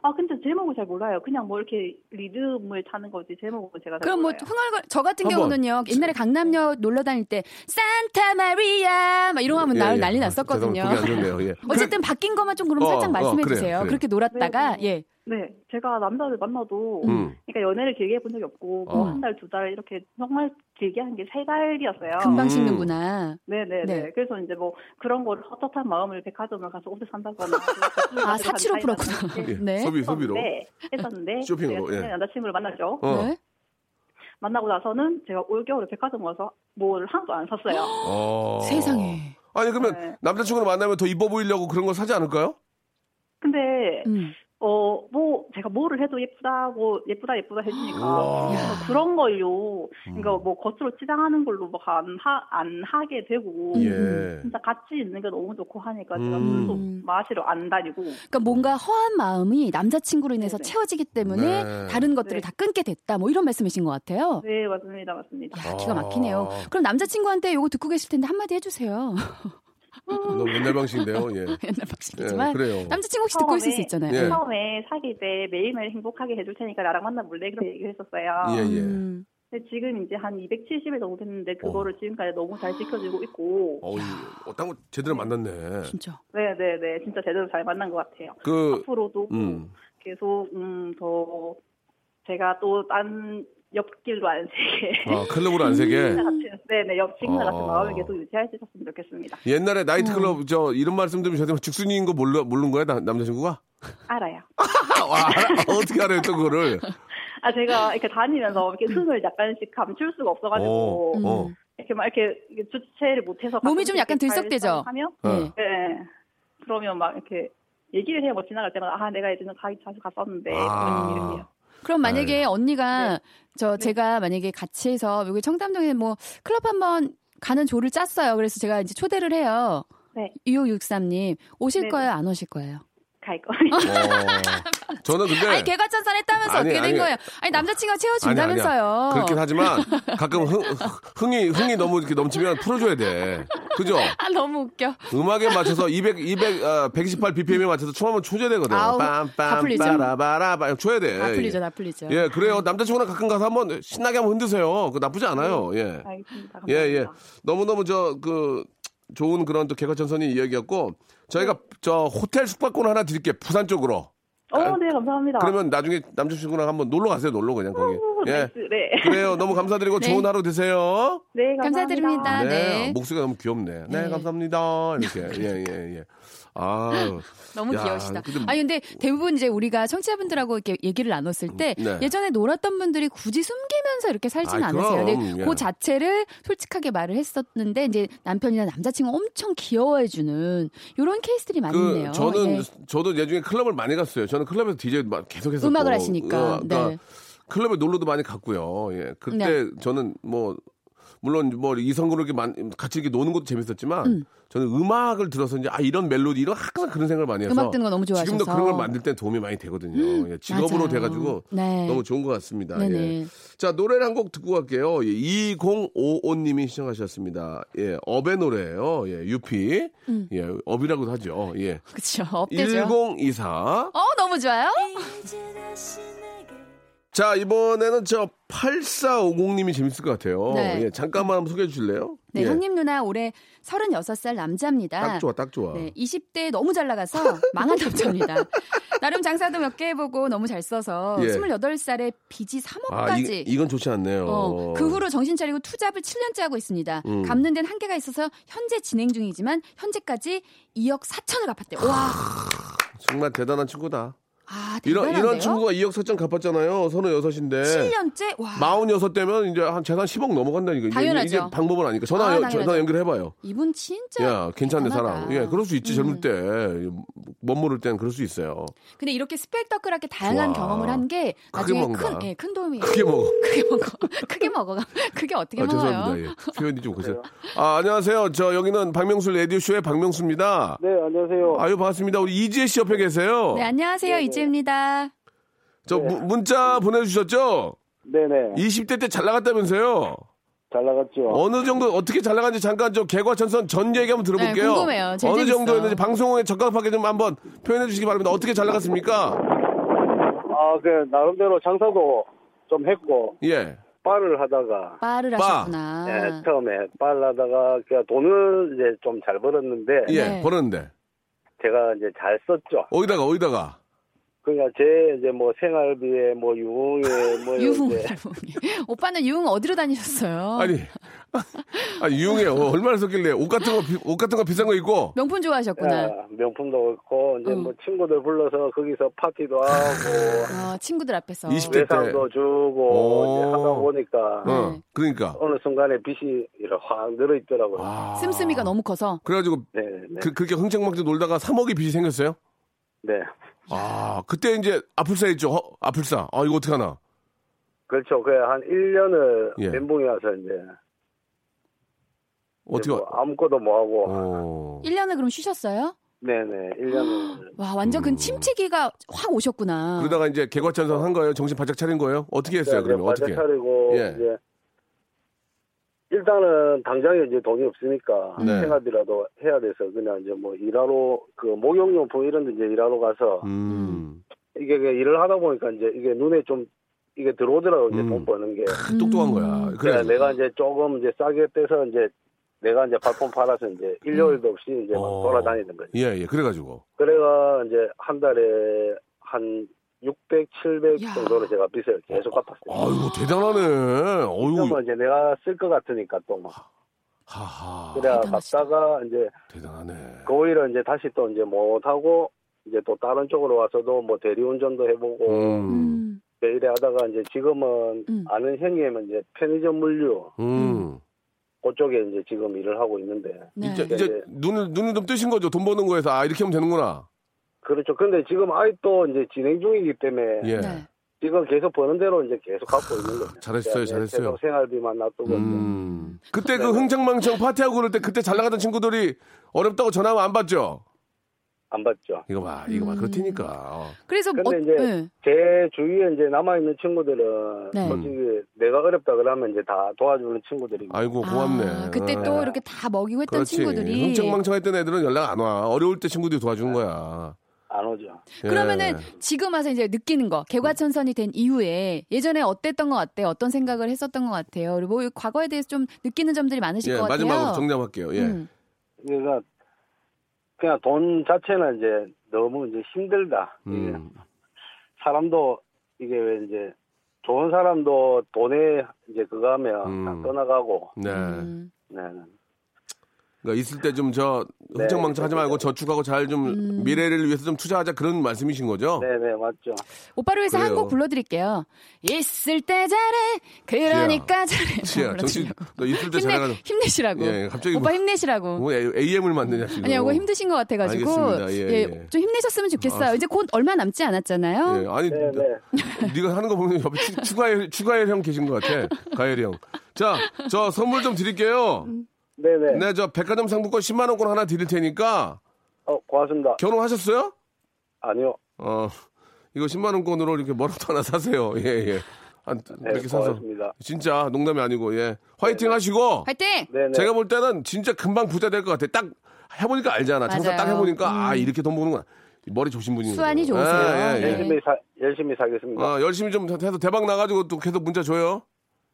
Speaker 5: 아, 근데 제목을 잘 몰라요. 그냥 뭐 이렇게 리듬을 타는 거지 제목은 제가 잘
Speaker 3: 그럼 뭐
Speaker 5: 몰라요.
Speaker 3: 흥얼거리 저 같은
Speaker 1: 한번.
Speaker 3: 경우는요 옛날에 강남역 놀러 다닐 때 산타 마리아 막 이런 거 하면
Speaker 1: 예,
Speaker 3: 날
Speaker 1: 예.
Speaker 3: 난리
Speaker 1: 아,
Speaker 3: 났었거든요.
Speaker 1: 죄송합니다. 그게 안 좋네요 예
Speaker 3: 어쨌든 바뀐 것만 좀 그럼
Speaker 1: 어,
Speaker 3: 살짝
Speaker 1: 어,
Speaker 3: 말씀해
Speaker 1: 그래요,
Speaker 3: 주세요.
Speaker 1: 그래요.
Speaker 3: 그렇게 놀았다가
Speaker 5: 네,
Speaker 3: 예.
Speaker 5: 네, 제가 남자를 만나도
Speaker 1: 음.
Speaker 5: 그러니까 연애를 길게 해본 적이 없고 뭐
Speaker 1: 어.
Speaker 5: 한 달, 두 달 이렇게 정말 길게 한 게 세 달이었어요.
Speaker 3: 금방
Speaker 1: 음.
Speaker 3: 식는구나.
Speaker 5: 네, 네,
Speaker 3: 네.
Speaker 5: 네. 그래서 이제 뭐 그런 거를 헛헛한 마음을 백화점을 가서 옷을 산다거나
Speaker 3: 아 사치로 풀었구나.
Speaker 1: 예.
Speaker 3: 네.
Speaker 1: 소비 소비로
Speaker 5: 했었는데
Speaker 1: 쇼핑으로,
Speaker 5: 제가
Speaker 1: 예.
Speaker 5: 남자친구를 만났죠.
Speaker 1: 어.
Speaker 3: 네.
Speaker 5: 만나고 나서는 제가 올겨울에 백화점 가서 뭘 하나도 안 샀어요.
Speaker 1: 어.
Speaker 3: 세상에.
Speaker 1: 아니 그러면
Speaker 5: 네.
Speaker 1: 남자친구를 만나면 더 이뻐 보이려고 그런 거 사지 않을까요
Speaker 5: 근데
Speaker 3: 음.
Speaker 5: 어, 뭐, 제가 뭐를 해도 예쁘다고, 예쁘다, 예쁘다 해주니까.
Speaker 1: 우와.
Speaker 5: 그래서 그런 걸요. 그러니까
Speaker 1: 음.
Speaker 5: 뭐, 겉으로 치장하는 걸로 막 안, 하, 안 하게 되고.
Speaker 1: 예.
Speaker 3: 음.
Speaker 5: 진짜 같이 있는 게 너무 좋고 하니까 제가
Speaker 1: 음.
Speaker 5: 술도 마시러 안 다니고.
Speaker 3: 그러니까 뭔가 허한 마음이 남자친구로 인해서
Speaker 5: 네네.
Speaker 3: 채워지기 때문에
Speaker 1: 네.
Speaker 3: 다른 것들을
Speaker 5: 네.
Speaker 3: 다 끊게 됐다. 뭐 이런 말씀이신 것 같아요.
Speaker 5: 네, 맞습니다, 맞습니다.
Speaker 3: 야, 기가 막히네요.
Speaker 1: 아.
Speaker 3: 그럼 남자친구한테 요거 듣고 계실 텐데 한마디 해주세요.
Speaker 1: 너무 옛날 방식인데요. 예.
Speaker 3: 옛날
Speaker 1: 예,
Speaker 3: 방식이지만
Speaker 1: 그래요.
Speaker 3: 남자친구 혹시 듣고 있을 수
Speaker 5: 처음에-
Speaker 3: 있잖아요.
Speaker 1: 예.
Speaker 5: 처음에 사귈 때 매일매일 행복하게 해줄 테니까 나랑 만나볼래? 그렇게 얘기를 했었어요.
Speaker 1: 예, 예.
Speaker 3: 음.
Speaker 5: 근데 지금 이제 한 270일 정도 됐는데 그거를 지금까지 너무 잘 지켜주고 있고
Speaker 1: 어이, 어떤 거 제대로 만났네.
Speaker 3: 진짜.
Speaker 5: 네네네 진짜 제대로 잘 만난 것 같아요.
Speaker 1: 그,
Speaker 5: 앞으로도
Speaker 1: 음.
Speaker 5: 계속 음더 제가 또 딴 옆길로 안 새게
Speaker 1: 아, 클럽으로 안 세게.
Speaker 3: 음.
Speaker 5: 같은 네네 옆 친구 같은
Speaker 1: 어.
Speaker 5: 마음을 계속 유지할 수 있었으면 좋겠습니다.
Speaker 1: 옛날에
Speaker 3: 음.
Speaker 1: 나이트클럽 저 이런 말씀 드리면 저한테 직순인 거 몰라, 모르는 거야? 나- 남자친구가?
Speaker 5: 알아요.
Speaker 1: 아, 와, 알아. 어떻게 알아요, 또 그거를.
Speaker 5: 아 제가 이렇게 다니면서 이렇게 숨을 약간씩 감출 수가 없어가지고
Speaker 1: 음. 어, 어.
Speaker 3: 음.
Speaker 5: 이렇게 막 이렇게 주체를 못해서
Speaker 3: 몸이 좀
Speaker 5: 가끔씩
Speaker 3: 약간 들썩대죠?
Speaker 5: 발상을 하면
Speaker 1: 어.
Speaker 3: 네.
Speaker 5: 네. 그러면 막 이렇게 얘기를 해요. 뭐 지나갈 때마다 아 내가 예전에 가기 자주
Speaker 3: 네,
Speaker 5: 갔었는데
Speaker 1: 아.
Speaker 5: 그런 이름이요.
Speaker 3: 그럼 만약에
Speaker 5: 아, 예. 네.
Speaker 3: 언니가 저 제가 만약에 같이 해서 여기 청담동에 뭐 클럽 한번 가는 조를 짰어요. 그래서 제가 이제 초대를 해요.
Speaker 5: 네.
Speaker 3: 2563님 오실
Speaker 5: 네네.
Speaker 3: 거예요? 안 오실 거예요?
Speaker 5: 갈 거예요.
Speaker 1: 어. 저는 근데.
Speaker 3: 아니 그, 걔가 짠산 했다면서
Speaker 1: 아니,
Speaker 3: 어떻게 된
Speaker 1: 아니.
Speaker 3: 거예요? 아니 남자친구가
Speaker 1: 아니, 아니야.
Speaker 3: 채워준다면서요.
Speaker 1: 그렇긴 하지만 가끔 흥, 흥이 흥이 너무 이렇게 넘치면 풀어줘야 돼. 그죠?
Speaker 3: 아 너무 웃겨.
Speaker 1: 음악에 맞춰서 200 200 아, 118 BPM에 맞춰서 춤 한번 춰줘야 되거든.
Speaker 3: 아우,
Speaker 1: 빰빰
Speaker 3: 다 풀리죠.
Speaker 1: 빠라바라바 줘야 돼.
Speaker 3: 나 풀리죠, 나 풀리죠.
Speaker 1: 예,
Speaker 5: 음.
Speaker 1: 그래요. 남자친구랑 가끔 가서 한번 신나게 한번 흔드세요. 그 나쁘지 않아요. 예.
Speaker 5: 알겠습니다. 음. 감사합니다.
Speaker 1: 예, 예. 너무너무 저 그 좋은 그런 또 개과천선이 이야기였고 저희가
Speaker 5: 네.
Speaker 1: 저 호텔 숙박권 하나 드릴게요. 부산 쪽으로.
Speaker 5: 어, 네, 감사합니다.
Speaker 1: 그러면 나중에 남자친구랑 한번 놀러 가세요. 놀러 그냥 거기.
Speaker 5: 오,
Speaker 1: 예.
Speaker 5: 나이스. 네.
Speaker 1: 그래요. 너무 감사드리고
Speaker 3: 네.
Speaker 1: 좋은 하루 되세요.
Speaker 5: 네,
Speaker 3: 감사드립니다. 아, 네.
Speaker 1: 목소리가 너무 귀엽네. 네,
Speaker 3: 네.
Speaker 1: 감사합니다. 이렇게. 예, 예, 예. 아,
Speaker 3: 너무
Speaker 1: 야,
Speaker 3: 귀여우시다.
Speaker 1: 근데 뭐
Speaker 3: 아니 근데 대부분 이제 우리가 청취자분들하고 이렇게 얘기를 나눴을 때
Speaker 1: 네.
Speaker 3: 예전에 놀았던 분들이 굳이 숨기면서 이렇게 살지는
Speaker 1: 아,
Speaker 3: 않으세요.
Speaker 1: 그럼,
Speaker 3: 근데
Speaker 1: 예.
Speaker 3: 그 자체를 솔직하게 말을 했었는데 이제 남편이나 남자친구 가 엄청 귀여워해 주는 이런 케이스들이 많이 있네요.
Speaker 1: 그 저는
Speaker 3: 예.
Speaker 1: 저도 예전에 클럽을 많이 갔어요. 저는 클럽에서 DJ 막 계속해서
Speaker 3: 음악을
Speaker 1: 또,
Speaker 3: 하시니까.
Speaker 1: 어, 그러니까
Speaker 3: 네.
Speaker 1: 클럽에 놀러도 많이 갔고요. 예. 그때 저는 뭐 물론 뭐 이성그룹이 같이 이렇게 노는 것도 재밌었지만
Speaker 3: 음.
Speaker 1: 저는 음악을 들어서 이제 아 이런 멜로디 이런 항상 그런 생각을 많이 해서
Speaker 3: 음악 듣는 거 너무 좋아하셔서. 음.
Speaker 1: 지금도 그런 걸 만들 때 도움이 많이 되거든요. 예, 직업으로
Speaker 3: 맞아요.
Speaker 1: 돼가지고
Speaker 3: 네.
Speaker 1: 너무 좋은 것 같습니다.
Speaker 3: 네네.
Speaker 1: 예. 자 노래를 한 곡 듣고 갈게요. 예, 2055님이 시청하셨습니다. 예, 업의 노래예요. 예, 유피 예, 업이라고도 하죠. 예,
Speaker 3: 음. 그렇죠. 업되죠.
Speaker 1: 1024.
Speaker 3: 어 너무 좋아요.
Speaker 1: 자 이번에는 저 8450님이 재밌을 것 같아요.
Speaker 3: 네.
Speaker 1: 예, 잠깐만 한번 소개해 주실래요?
Speaker 3: 네,
Speaker 1: 예,
Speaker 3: 형님 누나 올해 36살 남자입니다.
Speaker 1: 딱 좋아, 딱 좋아.
Speaker 3: 네, 20대에 너무 잘 나가서 망한 남자입니다. 나름 장사도 몇 개 해보고 너무 잘 써서
Speaker 1: 예.
Speaker 3: 28살에 빚이
Speaker 1: 아,
Speaker 3: 3억까지.
Speaker 1: 이, 이건 좋지 않네요.
Speaker 3: 어, 그 후로 정신 차리고 투잡을 7년째 하고 있습니다.
Speaker 1: 음.
Speaker 3: 갚는 데는 한계가 있어서 현재 진행 중이지만 현재까지 2억 4천을 갚았대요. 와,
Speaker 1: 정말 대단한 친구다.
Speaker 3: 아,
Speaker 1: 이런
Speaker 3: 대단한데요?
Speaker 1: 이런 친구가 2억 4천 갚았잖아요. 36인데.
Speaker 3: 7년째? 와,
Speaker 1: 46 되면 이제 한 재산 10억 넘어간다니까. 이제,
Speaker 3: 당연하죠.
Speaker 1: 이제 방법은 아니까. 전화,
Speaker 3: 아,
Speaker 1: 연-
Speaker 3: 당연하죠.
Speaker 1: 전화 연결해봐요.
Speaker 3: 이분 진짜
Speaker 1: 야, 예, 괜찮네,
Speaker 3: 대단하다.
Speaker 1: 사람. 예, 그럴 수 있지, 젊을
Speaker 3: 음.
Speaker 1: 때. 멋 모를 땐 그럴 수 있어요.
Speaker 3: 근데 이렇게 스펙터클하게 다양한
Speaker 1: 좋아.
Speaker 3: 경험을 한 게 나중에
Speaker 1: 먹는다.
Speaker 3: 큰, 예, 큰 도움이
Speaker 1: 크게 먹어.
Speaker 3: 크게 먹어. 크게 먹어. 그게 어떻게
Speaker 1: 아,
Speaker 3: 먹어요?
Speaker 1: 죄송합니다. 예. 표현이 좀 고생. 아, 안녕하세요. 저 여기는 박명수 라디오쇼의 박명수입니다.
Speaker 6: 네, 안녕하세요.
Speaker 1: 아유, 반갑습니다. 우리 이지혜 씨 옆에 계세요.
Speaker 3: 네, 안녕하세요. 이지입니다.
Speaker 1: 저 무- 문자 보내주셨죠?
Speaker 6: 네네.
Speaker 1: 20대 때 잘 나갔다면서요?
Speaker 6: 잘 나갔죠?
Speaker 1: 어느 정도 어떻게 잘 나간지 잠깐 저 개과천선 전 얘기 한번 들어볼게요.
Speaker 3: 네, 궁금해요. 제일
Speaker 1: 어느
Speaker 3: 재밌어요.
Speaker 1: 정도였는지 방송에 적합하게 좀 한번 표현해 주시기 바랍니다. 어떻게 잘 나갔습니까?
Speaker 6: 아, 그, 나름대로 장사도 좀 했고,
Speaker 1: 예.
Speaker 6: 바를 하다가,
Speaker 3: 빠를
Speaker 1: 빠.
Speaker 3: 하셨구나.
Speaker 6: 예, 처음에 바를 하다가, 그 돈을 이제 좀 잘 벌었는데,
Speaker 1: 예.
Speaker 3: 네.
Speaker 1: 벌었는데.
Speaker 6: 제가 이제 잘 썼죠.
Speaker 1: 어디다가 어디다가
Speaker 6: 그러니까 제 이제 뭐 생활비에 뭐 유흥에 뭐
Speaker 3: 유흥
Speaker 6: 이제
Speaker 3: 오빠는 유흥 어디로 다니셨어요?
Speaker 1: 아니 아니 유용해 요 얼마나 썼길래 옷 같은 거 옷 같은 거 비싼 거 입고
Speaker 3: 명품 좋아하셨구나.
Speaker 6: 아, 명품도 그렇고 이제
Speaker 3: 응.
Speaker 6: 뭐 친구들 불러서 거기서
Speaker 1: 아.
Speaker 6: 파티도 하고
Speaker 3: 어, 친구들 앞에서.
Speaker 1: 20대 때.
Speaker 6: 외상도 주고 이제
Speaker 1: 오.
Speaker 6: 하다 보니까
Speaker 1: 어 그러니까
Speaker 6: 네. 어느 순간에 빚이 이렇게 확 늘어 있더라고요.
Speaker 1: 아.
Speaker 3: 씀씀이가 너무 커서.
Speaker 1: 그래가지고
Speaker 6: 네, 네,
Speaker 1: 그, 그렇게 흥청망청 놀다가 3억이 빚이 생겼어요?
Speaker 6: 네.
Speaker 1: 아, 그때 이제 아플사 했죠. 허- 아플사. 아, 이거 어떡하나.
Speaker 6: 그렇죠. 그 한 1년을
Speaker 1: 예.
Speaker 6: 멘붕이 와서 이제 이제
Speaker 1: 어떻게.
Speaker 6: 뭐 아무것도 못 하고 뭐.
Speaker 1: 어.
Speaker 3: 1년을 그럼 쉬셨어요?
Speaker 6: 네네 1년을
Speaker 3: 와, 완전 그 침체기가 확
Speaker 1: 음.
Speaker 3: 오셨구나.
Speaker 1: 그러다가 이제 개과천선 한 거예요? 정신 바짝 차린 거예요? 어떻게 했어요, 그러면? 어떻게?
Speaker 6: 네, 차리고
Speaker 1: 예.
Speaker 6: 이제 일단은 당장에 이제 돈이 없으니까
Speaker 1: 네.
Speaker 6: 생활비라도 해야 돼서 그냥 이제 뭐 일하러 그 목욕용품 이런 데 이제 일하러 가서
Speaker 1: 음.
Speaker 6: 이게 그 일을 하다 보니까 이제 이게 눈에 좀 이게 들어오더라고 이제
Speaker 1: 음.
Speaker 6: 돈 버는 게.
Speaker 1: 크, 똑똑한 거야. 그래.
Speaker 6: 그러니까 내가 이제 조금 이제 싸게 떼서 이제 내가 이제 발품 팔아서 이제 일요일도 없이 이제 막
Speaker 1: 음. 어.
Speaker 6: 돌아다니는 거지.
Speaker 1: 예, 예. 그래가지고.
Speaker 6: 그래가 이제 한 달에 한 600, 700
Speaker 3: 야.
Speaker 6: 정도를 제가 빚을 계속 갚았어요.
Speaker 1: 아이고, 대단하네. 어유
Speaker 6: 그러면 이제 내가 쓸 것 같으니까 또 막
Speaker 1: 하하.
Speaker 6: 그래 야
Speaker 3: 대단하시다.
Speaker 6: 갔다가 이제
Speaker 1: 대단하네.
Speaker 6: 그 오히려 이제 다시 또 이제 못 하고 이제 또 다른 쪽으로 와서도 뭐 대리운전도 해보고
Speaker 1: 음.
Speaker 3: 음.
Speaker 6: 이제 이래 하다가 이제 지금은
Speaker 3: 음.
Speaker 6: 아는 형님은 이제 편의점 물류
Speaker 1: 음.
Speaker 6: 그쪽에 이제 지금 일을 하고 있는데
Speaker 3: 네.
Speaker 1: 이제, 이제
Speaker 6: 네.
Speaker 1: 눈을, 눈을 좀 뜨신 거죠. 돈 버는 거에서. 아, 이렇게 하면 되는구나.
Speaker 6: 그렇죠. 근데 지금 아직도 이제 진행 중이기 때문에
Speaker 1: 예.
Speaker 3: 네.
Speaker 6: 지금 계속 버는 대로 이제 계속 갖고 있는 거죠.
Speaker 1: 잘했어요,
Speaker 6: 이제
Speaker 1: 잘했어요.
Speaker 6: 계속 생활비만 놔두고
Speaker 1: 음. 그때
Speaker 6: 네,
Speaker 1: 그 흥청망청 파티하고 그럴 때 그때 잘 나가던 친구들이 어렵다고 전화하면 안 받죠?
Speaker 6: 안 받죠.
Speaker 1: 이거 봐, 이거 봐.
Speaker 3: 음.
Speaker 1: 그렇다니까. 어.
Speaker 3: 그래서
Speaker 6: 근데
Speaker 3: 어,
Speaker 6: 이제
Speaker 3: 네.
Speaker 6: 제 주위에 이제 남아 있는 친구들은
Speaker 3: 네.
Speaker 6: 솔직히 내가 어렵다 그러면 이제 다 도와주는 친구들이
Speaker 1: 뭐 아이고, 고맙네.
Speaker 3: 아, 그때 또 이렇게 다 먹이고 했던
Speaker 1: 그렇지.
Speaker 3: 친구들이
Speaker 1: 흥청망청했던 애들은 연락 안 와. 어려울 때 친구들이 도와주는 거야.
Speaker 6: 안 오죠.
Speaker 1: 예.
Speaker 3: 그러면은 지금 와서 이제 느끼는 거 개과천선이 된 이후에 예전에 어땠던 것 같아요? 어떤 생각을 했었던 것 같아요? 그리고 뭐 이 과거에 대해서 좀 느끼는 점들이 많으실
Speaker 1: 예,
Speaker 3: 것 같아요.
Speaker 1: 마지막으로 정리할게요. 예.
Speaker 3: 음.
Speaker 6: 그러니까 그냥 돈 자체는 이제 너무 이제 힘들다. 이게
Speaker 1: 음.
Speaker 6: 사람도 이게 왜 이제 좋은 사람도 돈에 이제 그거 하면
Speaker 1: 음.
Speaker 6: 다 떠나가고
Speaker 1: 네.
Speaker 3: 음.
Speaker 6: 네.
Speaker 1: 그러니까 있을 때 좀 저 흥청망청 하지 말고 저축하고 잘 좀
Speaker 3: 음.
Speaker 1: 미래를 위해서 좀 투자하자 그런 말씀이신 거죠?
Speaker 6: 네네 맞죠.
Speaker 3: 오빠를 위해서 한
Speaker 1: 그래요.
Speaker 3: 곡 불러드릴게요. 있을 때 잘해, 그러니까 잘해.
Speaker 1: 지야, 정신,
Speaker 3: 불러드리려고.
Speaker 1: 너 있을 때
Speaker 3: 힘내,
Speaker 1: 잘해가지고.
Speaker 3: 힘내시라고.
Speaker 1: 예, 갑자기
Speaker 3: 오빠
Speaker 1: 뭐-
Speaker 3: 힘내시라고.
Speaker 1: 뭐 AM을 만드냐, 지금.
Speaker 3: 아니, 이거 힘드신 것 같아가지고
Speaker 1: 알겠습니다. 예, 예. 아,
Speaker 3: 좀 힘내셨으면 좋겠어요. 이제 곧 얼마 남지 않았잖아요.
Speaker 1: 예, 아니
Speaker 6: 네네.
Speaker 1: 네가 하는 거 보면 옆에 추- 추가열 추가열 형 계신 것 같아. 가열 형. 자, 저 선물 좀 드릴게요.
Speaker 6: 네네.
Speaker 1: 네, 저 백화점 상품권 10만 원권 하나 드릴 테니까
Speaker 6: 어, 고맙습니다.
Speaker 1: 결혼하셨어요?
Speaker 6: 아니요.
Speaker 1: 어, 이거 10만 원권으로 이렇게 뭐라도 하나 사세요. 예, 예. 한
Speaker 6: 네,
Speaker 1: 이렇게 사서.
Speaker 6: 고맙습니다. 네,
Speaker 1: 진짜 농담이 아니고 예. 화이팅 하시고.
Speaker 3: 화이팅!
Speaker 6: 네네.
Speaker 1: 제가 볼 때는 진짜 금방 부자 될 것 같아. 딱 해보니까 알잖아. 장사 딱
Speaker 3: 맞아요. 음.
Speaker 1: 해보니까 아 이렇게 돈 버는구나. 머리 조신 분이에요.
Speaker 3: 수완이 좋으세요.
Speaker 1: 예, 예, 예.
Speaker 3: 네.
Speaker 6: 열심히 사 열심히 살겠습니다.
Speaker 1: 어, 열심히 좀 해서 대박 나가지고 또 계속 문자 줘요.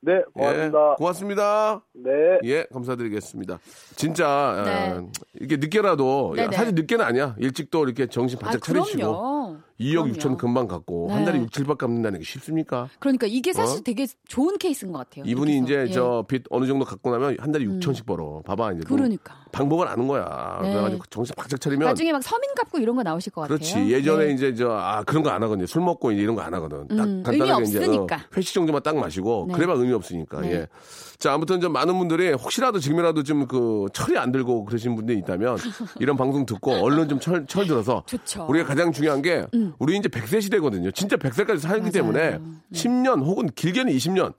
Speaker 6: 네
Speaker 1: 예,
Speaker 6: 고맙습니다.
Speaker 1: 고맙습니다.
Speaker 6: 네.
Speaker 1: 예, 감사드리겠습니다. 진짜
Speaker 3: 네.
Speaker 1: 어, 이렇게 늦게라도 야,
Speaker 3: 네네.
Speaker 1: 사실 늦게는 아니야. 일찍도 이렇게 정신
Speaker 3: 아,
Speaker 1: 바짝 차리시고
Speaker 3: 그럼요.
Speaker 1: 2억
Speaker 3: 그럼요.
Speaker 1: 6천 금방 갖고
Speaker 3: 네.
Speaker 1: 한 달에 6, 7박 갚는다는 게 쉽습니까?
Speaker 3: 그러니까 이게 사실
Speaker 1: 어?
Speaker 3: 되게 좋은 케이스인 것 같아요.
Speaker 1: 이분이
Speaker 3: 이렇게
Speaker 1: 이제
Speaker 3: 해서. 예. 음.
Speaker 1: 저 빚 어느 정도 갖고 나면 한 달에 6천씩 벌어. 봐봐 이제 너
Speaker 3: 그러니까.
Speaker 1: 방법을 아는 거야.
Speaker 3: 네.
Speaker 1: 그래가지고 정신 바짝 차리면
Speaker 3: 나중에 막 서민 갚고 이런 거 나오실 것 같아요.
Speaker 1: 그렇지. 예전에
Speaker 3: 네.
Speaker 1: 이제 저 아 그런 거 안 하거든요. 술 먹고 이제 이런 거 안 하거든. 딱
Speaker 3: 음,
Speaker 1: 간단하게
Speaker 3: 의미
Speaker 1: 이제 어,
Speaker 3: 없으니까.
Speaker 1: 회식 정도만 딱 마시고
Speaker 3: 네.
Speaker 1: 그래봐 의미 없으니까.
Speaker 3: 네.
Speaker 1: 예. 자 아무튼 좀 많은 분들이 혹시라도 지금이라도 좀 그 철이 안 들고 그러신 분들이 있다면 이런 방송 듣고 얼른 좀 철 철 들어서
Speaker 3: 좋죠. 음.
Speaker 1: 우리가 가장 중요한 게 우리 이제 100세 시대거든요. 진짜 100세까지 살기
Speaker 3: 맞아요. 네.
Speaker 1: 때문에 10년 혹은 길게는 20년.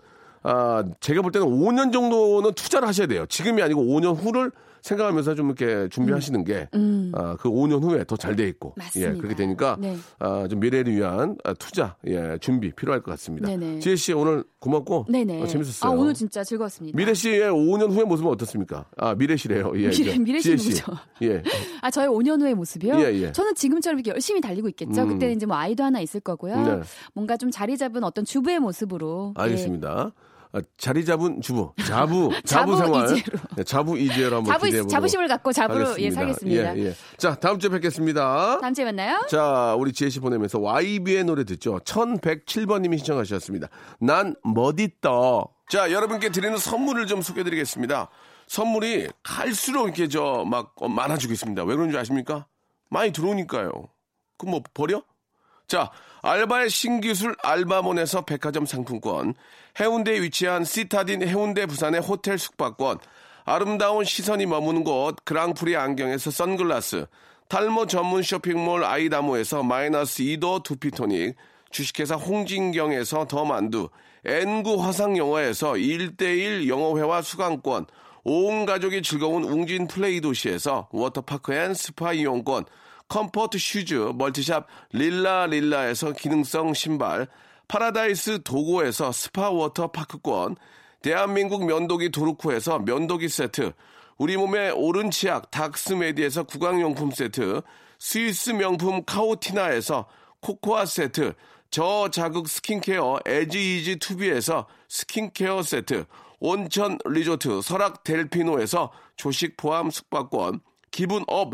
Speaker 1: 아, 제가 볼 때는 5년 정도는 투자를 하셔야 돼요. 지금이 아니고 5년 후를 생각하면서 좀 이렇게 준비하시는
Speaker 3: 음.
Speaker 1: 게, 아, 그 5년 후에 더 잘 돼 있고.
Speaker 3: 맞습니다.
Speaker 1: 예, 그렇게 되니까,
Speaker 3: 네.
Speaker 1: 아, 좀 미래를 위한 아, 투자, 예, 준비 필요할 것 같습니다.
Speaker 3: 네네.
Speaker 1: 지혜 씨 오늘 고맙고,
Speaker 3: 네네.
Speaker 1: 어, 재밌었어요.
Speaker 3: 아, 오늘 진짜 즐거웠습니다.
Speaker 1: 미래 씨의 5년 후의 모습은 어떻습니까? 아, 미래 씨래요. 예.
Speaker 3: 미래-
Speaker 1: 저,
Speaker 3: 미래
Speaker 1: 지혜
Speaker 3: 씨는
Speaker 1: 씨.
Speaker 3: 뭐죠?
Speaker 1: 예.
Speaker 3: 아, 저의 5년 후의 모습이요?
Speaker 1: 예, 예.
Speaker 3: 저는 지금처럼 이렇게 열심히 달리고 있겠죠.
Speaker 1: 음.
Speaker 3: 그때 이제 뭐 아이도 하나 있을 거고요.
Speaker 1: 네.
Speaker 3: 뭔가 좀 자리 잡은 어떤 주부의 모습으로. 예.
Speaker 1: 알겠습니다. 아, 자리 잡은 주부, 자부, 자부
Speaker 3: 네. 자부
Speaker 1: 생활,
Speaker 3: 이재로.
Speaker 1: 네, 자부 이재로
Speaker 3: 예.
Speaker 1: 한번 기대해
Speaker 3: 자부,
Speaker 1: 보도록
Speaker 3: 자부심을 갖고 자부로 예, 살겠습니다.
Speaker 1: 예, 예. 자, 다음 주에 뵙겠습니다.
Speaker 3: 다음 주에 만나요.
Speaker 1: 자, 우리 지혜 씨 보내면서 YB의 노래 듣죠. 1107번님이 신청하셨습니다. 난 멋있다. 자, 여러분께 드리는 선물을 좀 소개해 드리겠습니다. 선물이 갈수록 이렇게 저 막 많아지고 있습니다. 왜 그런 줄 아십니까? 많이 들어오니까요. 그럼 뭐 버려? 자, 알바의 신기술 알바몬에서 백화점 상품권, 해운대에 위치한 시타딘 해운대 부산의 호텔 숙박권, 아름다운 시선이 머무는 곳 그랑프리 안경에서 선글라스, 탈모 전문 쇼핑몰 아이다모에서 마이너스 2도 두피토닉, 주식회사 홍진경에서 더 만두, N구 화상영어에서 1대1 영어회화 수강권, 온 가족이 즐거운 웅진 플레이 도시에서 워터파크 앤 스파 이용권, 컴포트 슈즈 멀티샵 릴라 릴라에서 기능성 신발, 파라다이스 도고에서 스파 워터 파크권, 대한민국 면도기 도르코에서 면도기 세트, 우리 몸의 오른 치약 닥스메디에서 구강용품 세트, 스위스 명품 카오티나에서 코코아 세트, 저자극 스킨케어 에지이지 투비에서 스킨케어 세트, 온천 리조트 설악 델피노에서 조식 포함 숙박권, 기분 업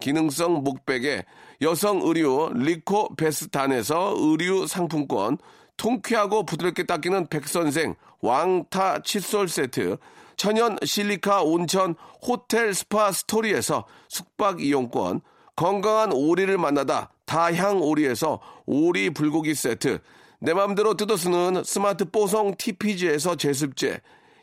Speaker 1: 기능성 목베개, 여성 의류 리코 베스탄에서 의류 상품권, 통쾌하고 부드럽게 닦이는 백선생 왕타 칫솔 세트, 천연 실리카 온천 호텔 스파 스토리에서 숙박 이용권, 건강한 오리를 만나다 다향 오리에서 오리 불고기 세트, 내 맘대로 뜯어 쓰는 스마트 뽀송 TPG에서 제습제,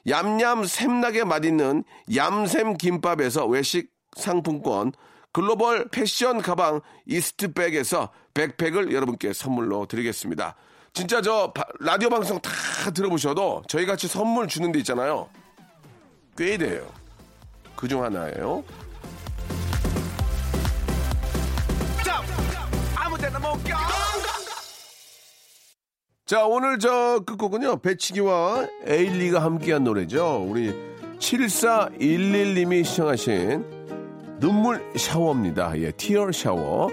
Speaker 1: 얌얌 샘나게 맛있는 얌샘 김밥에서 외식 상품권, 글로벌 패션 가방 이스트백에서 백팩을 여러분께 선물로 드리겠습니다. 진짜 저 바- 라디오 방송 다 들어보셔도 저희 같이 선물 주는 데 있잖아요. 꽤 돼요. 그 중 하나예요. 자, 오늘 저 끝곡은요. 배치기와 에일리가 함께한 노래죠. 우리 7411님이 시청하신 눈물 샤워입니다. 예, 티얼 샤워.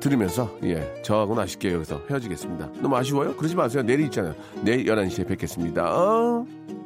Speaker 1: 들으면서 예, 저하고는 아쉽게 여기서 헤어지겠습니다. 너무 아쉬워요? 그러지 마세요. 내일 있잖아요. 내일 11시에 뵙겠습니다.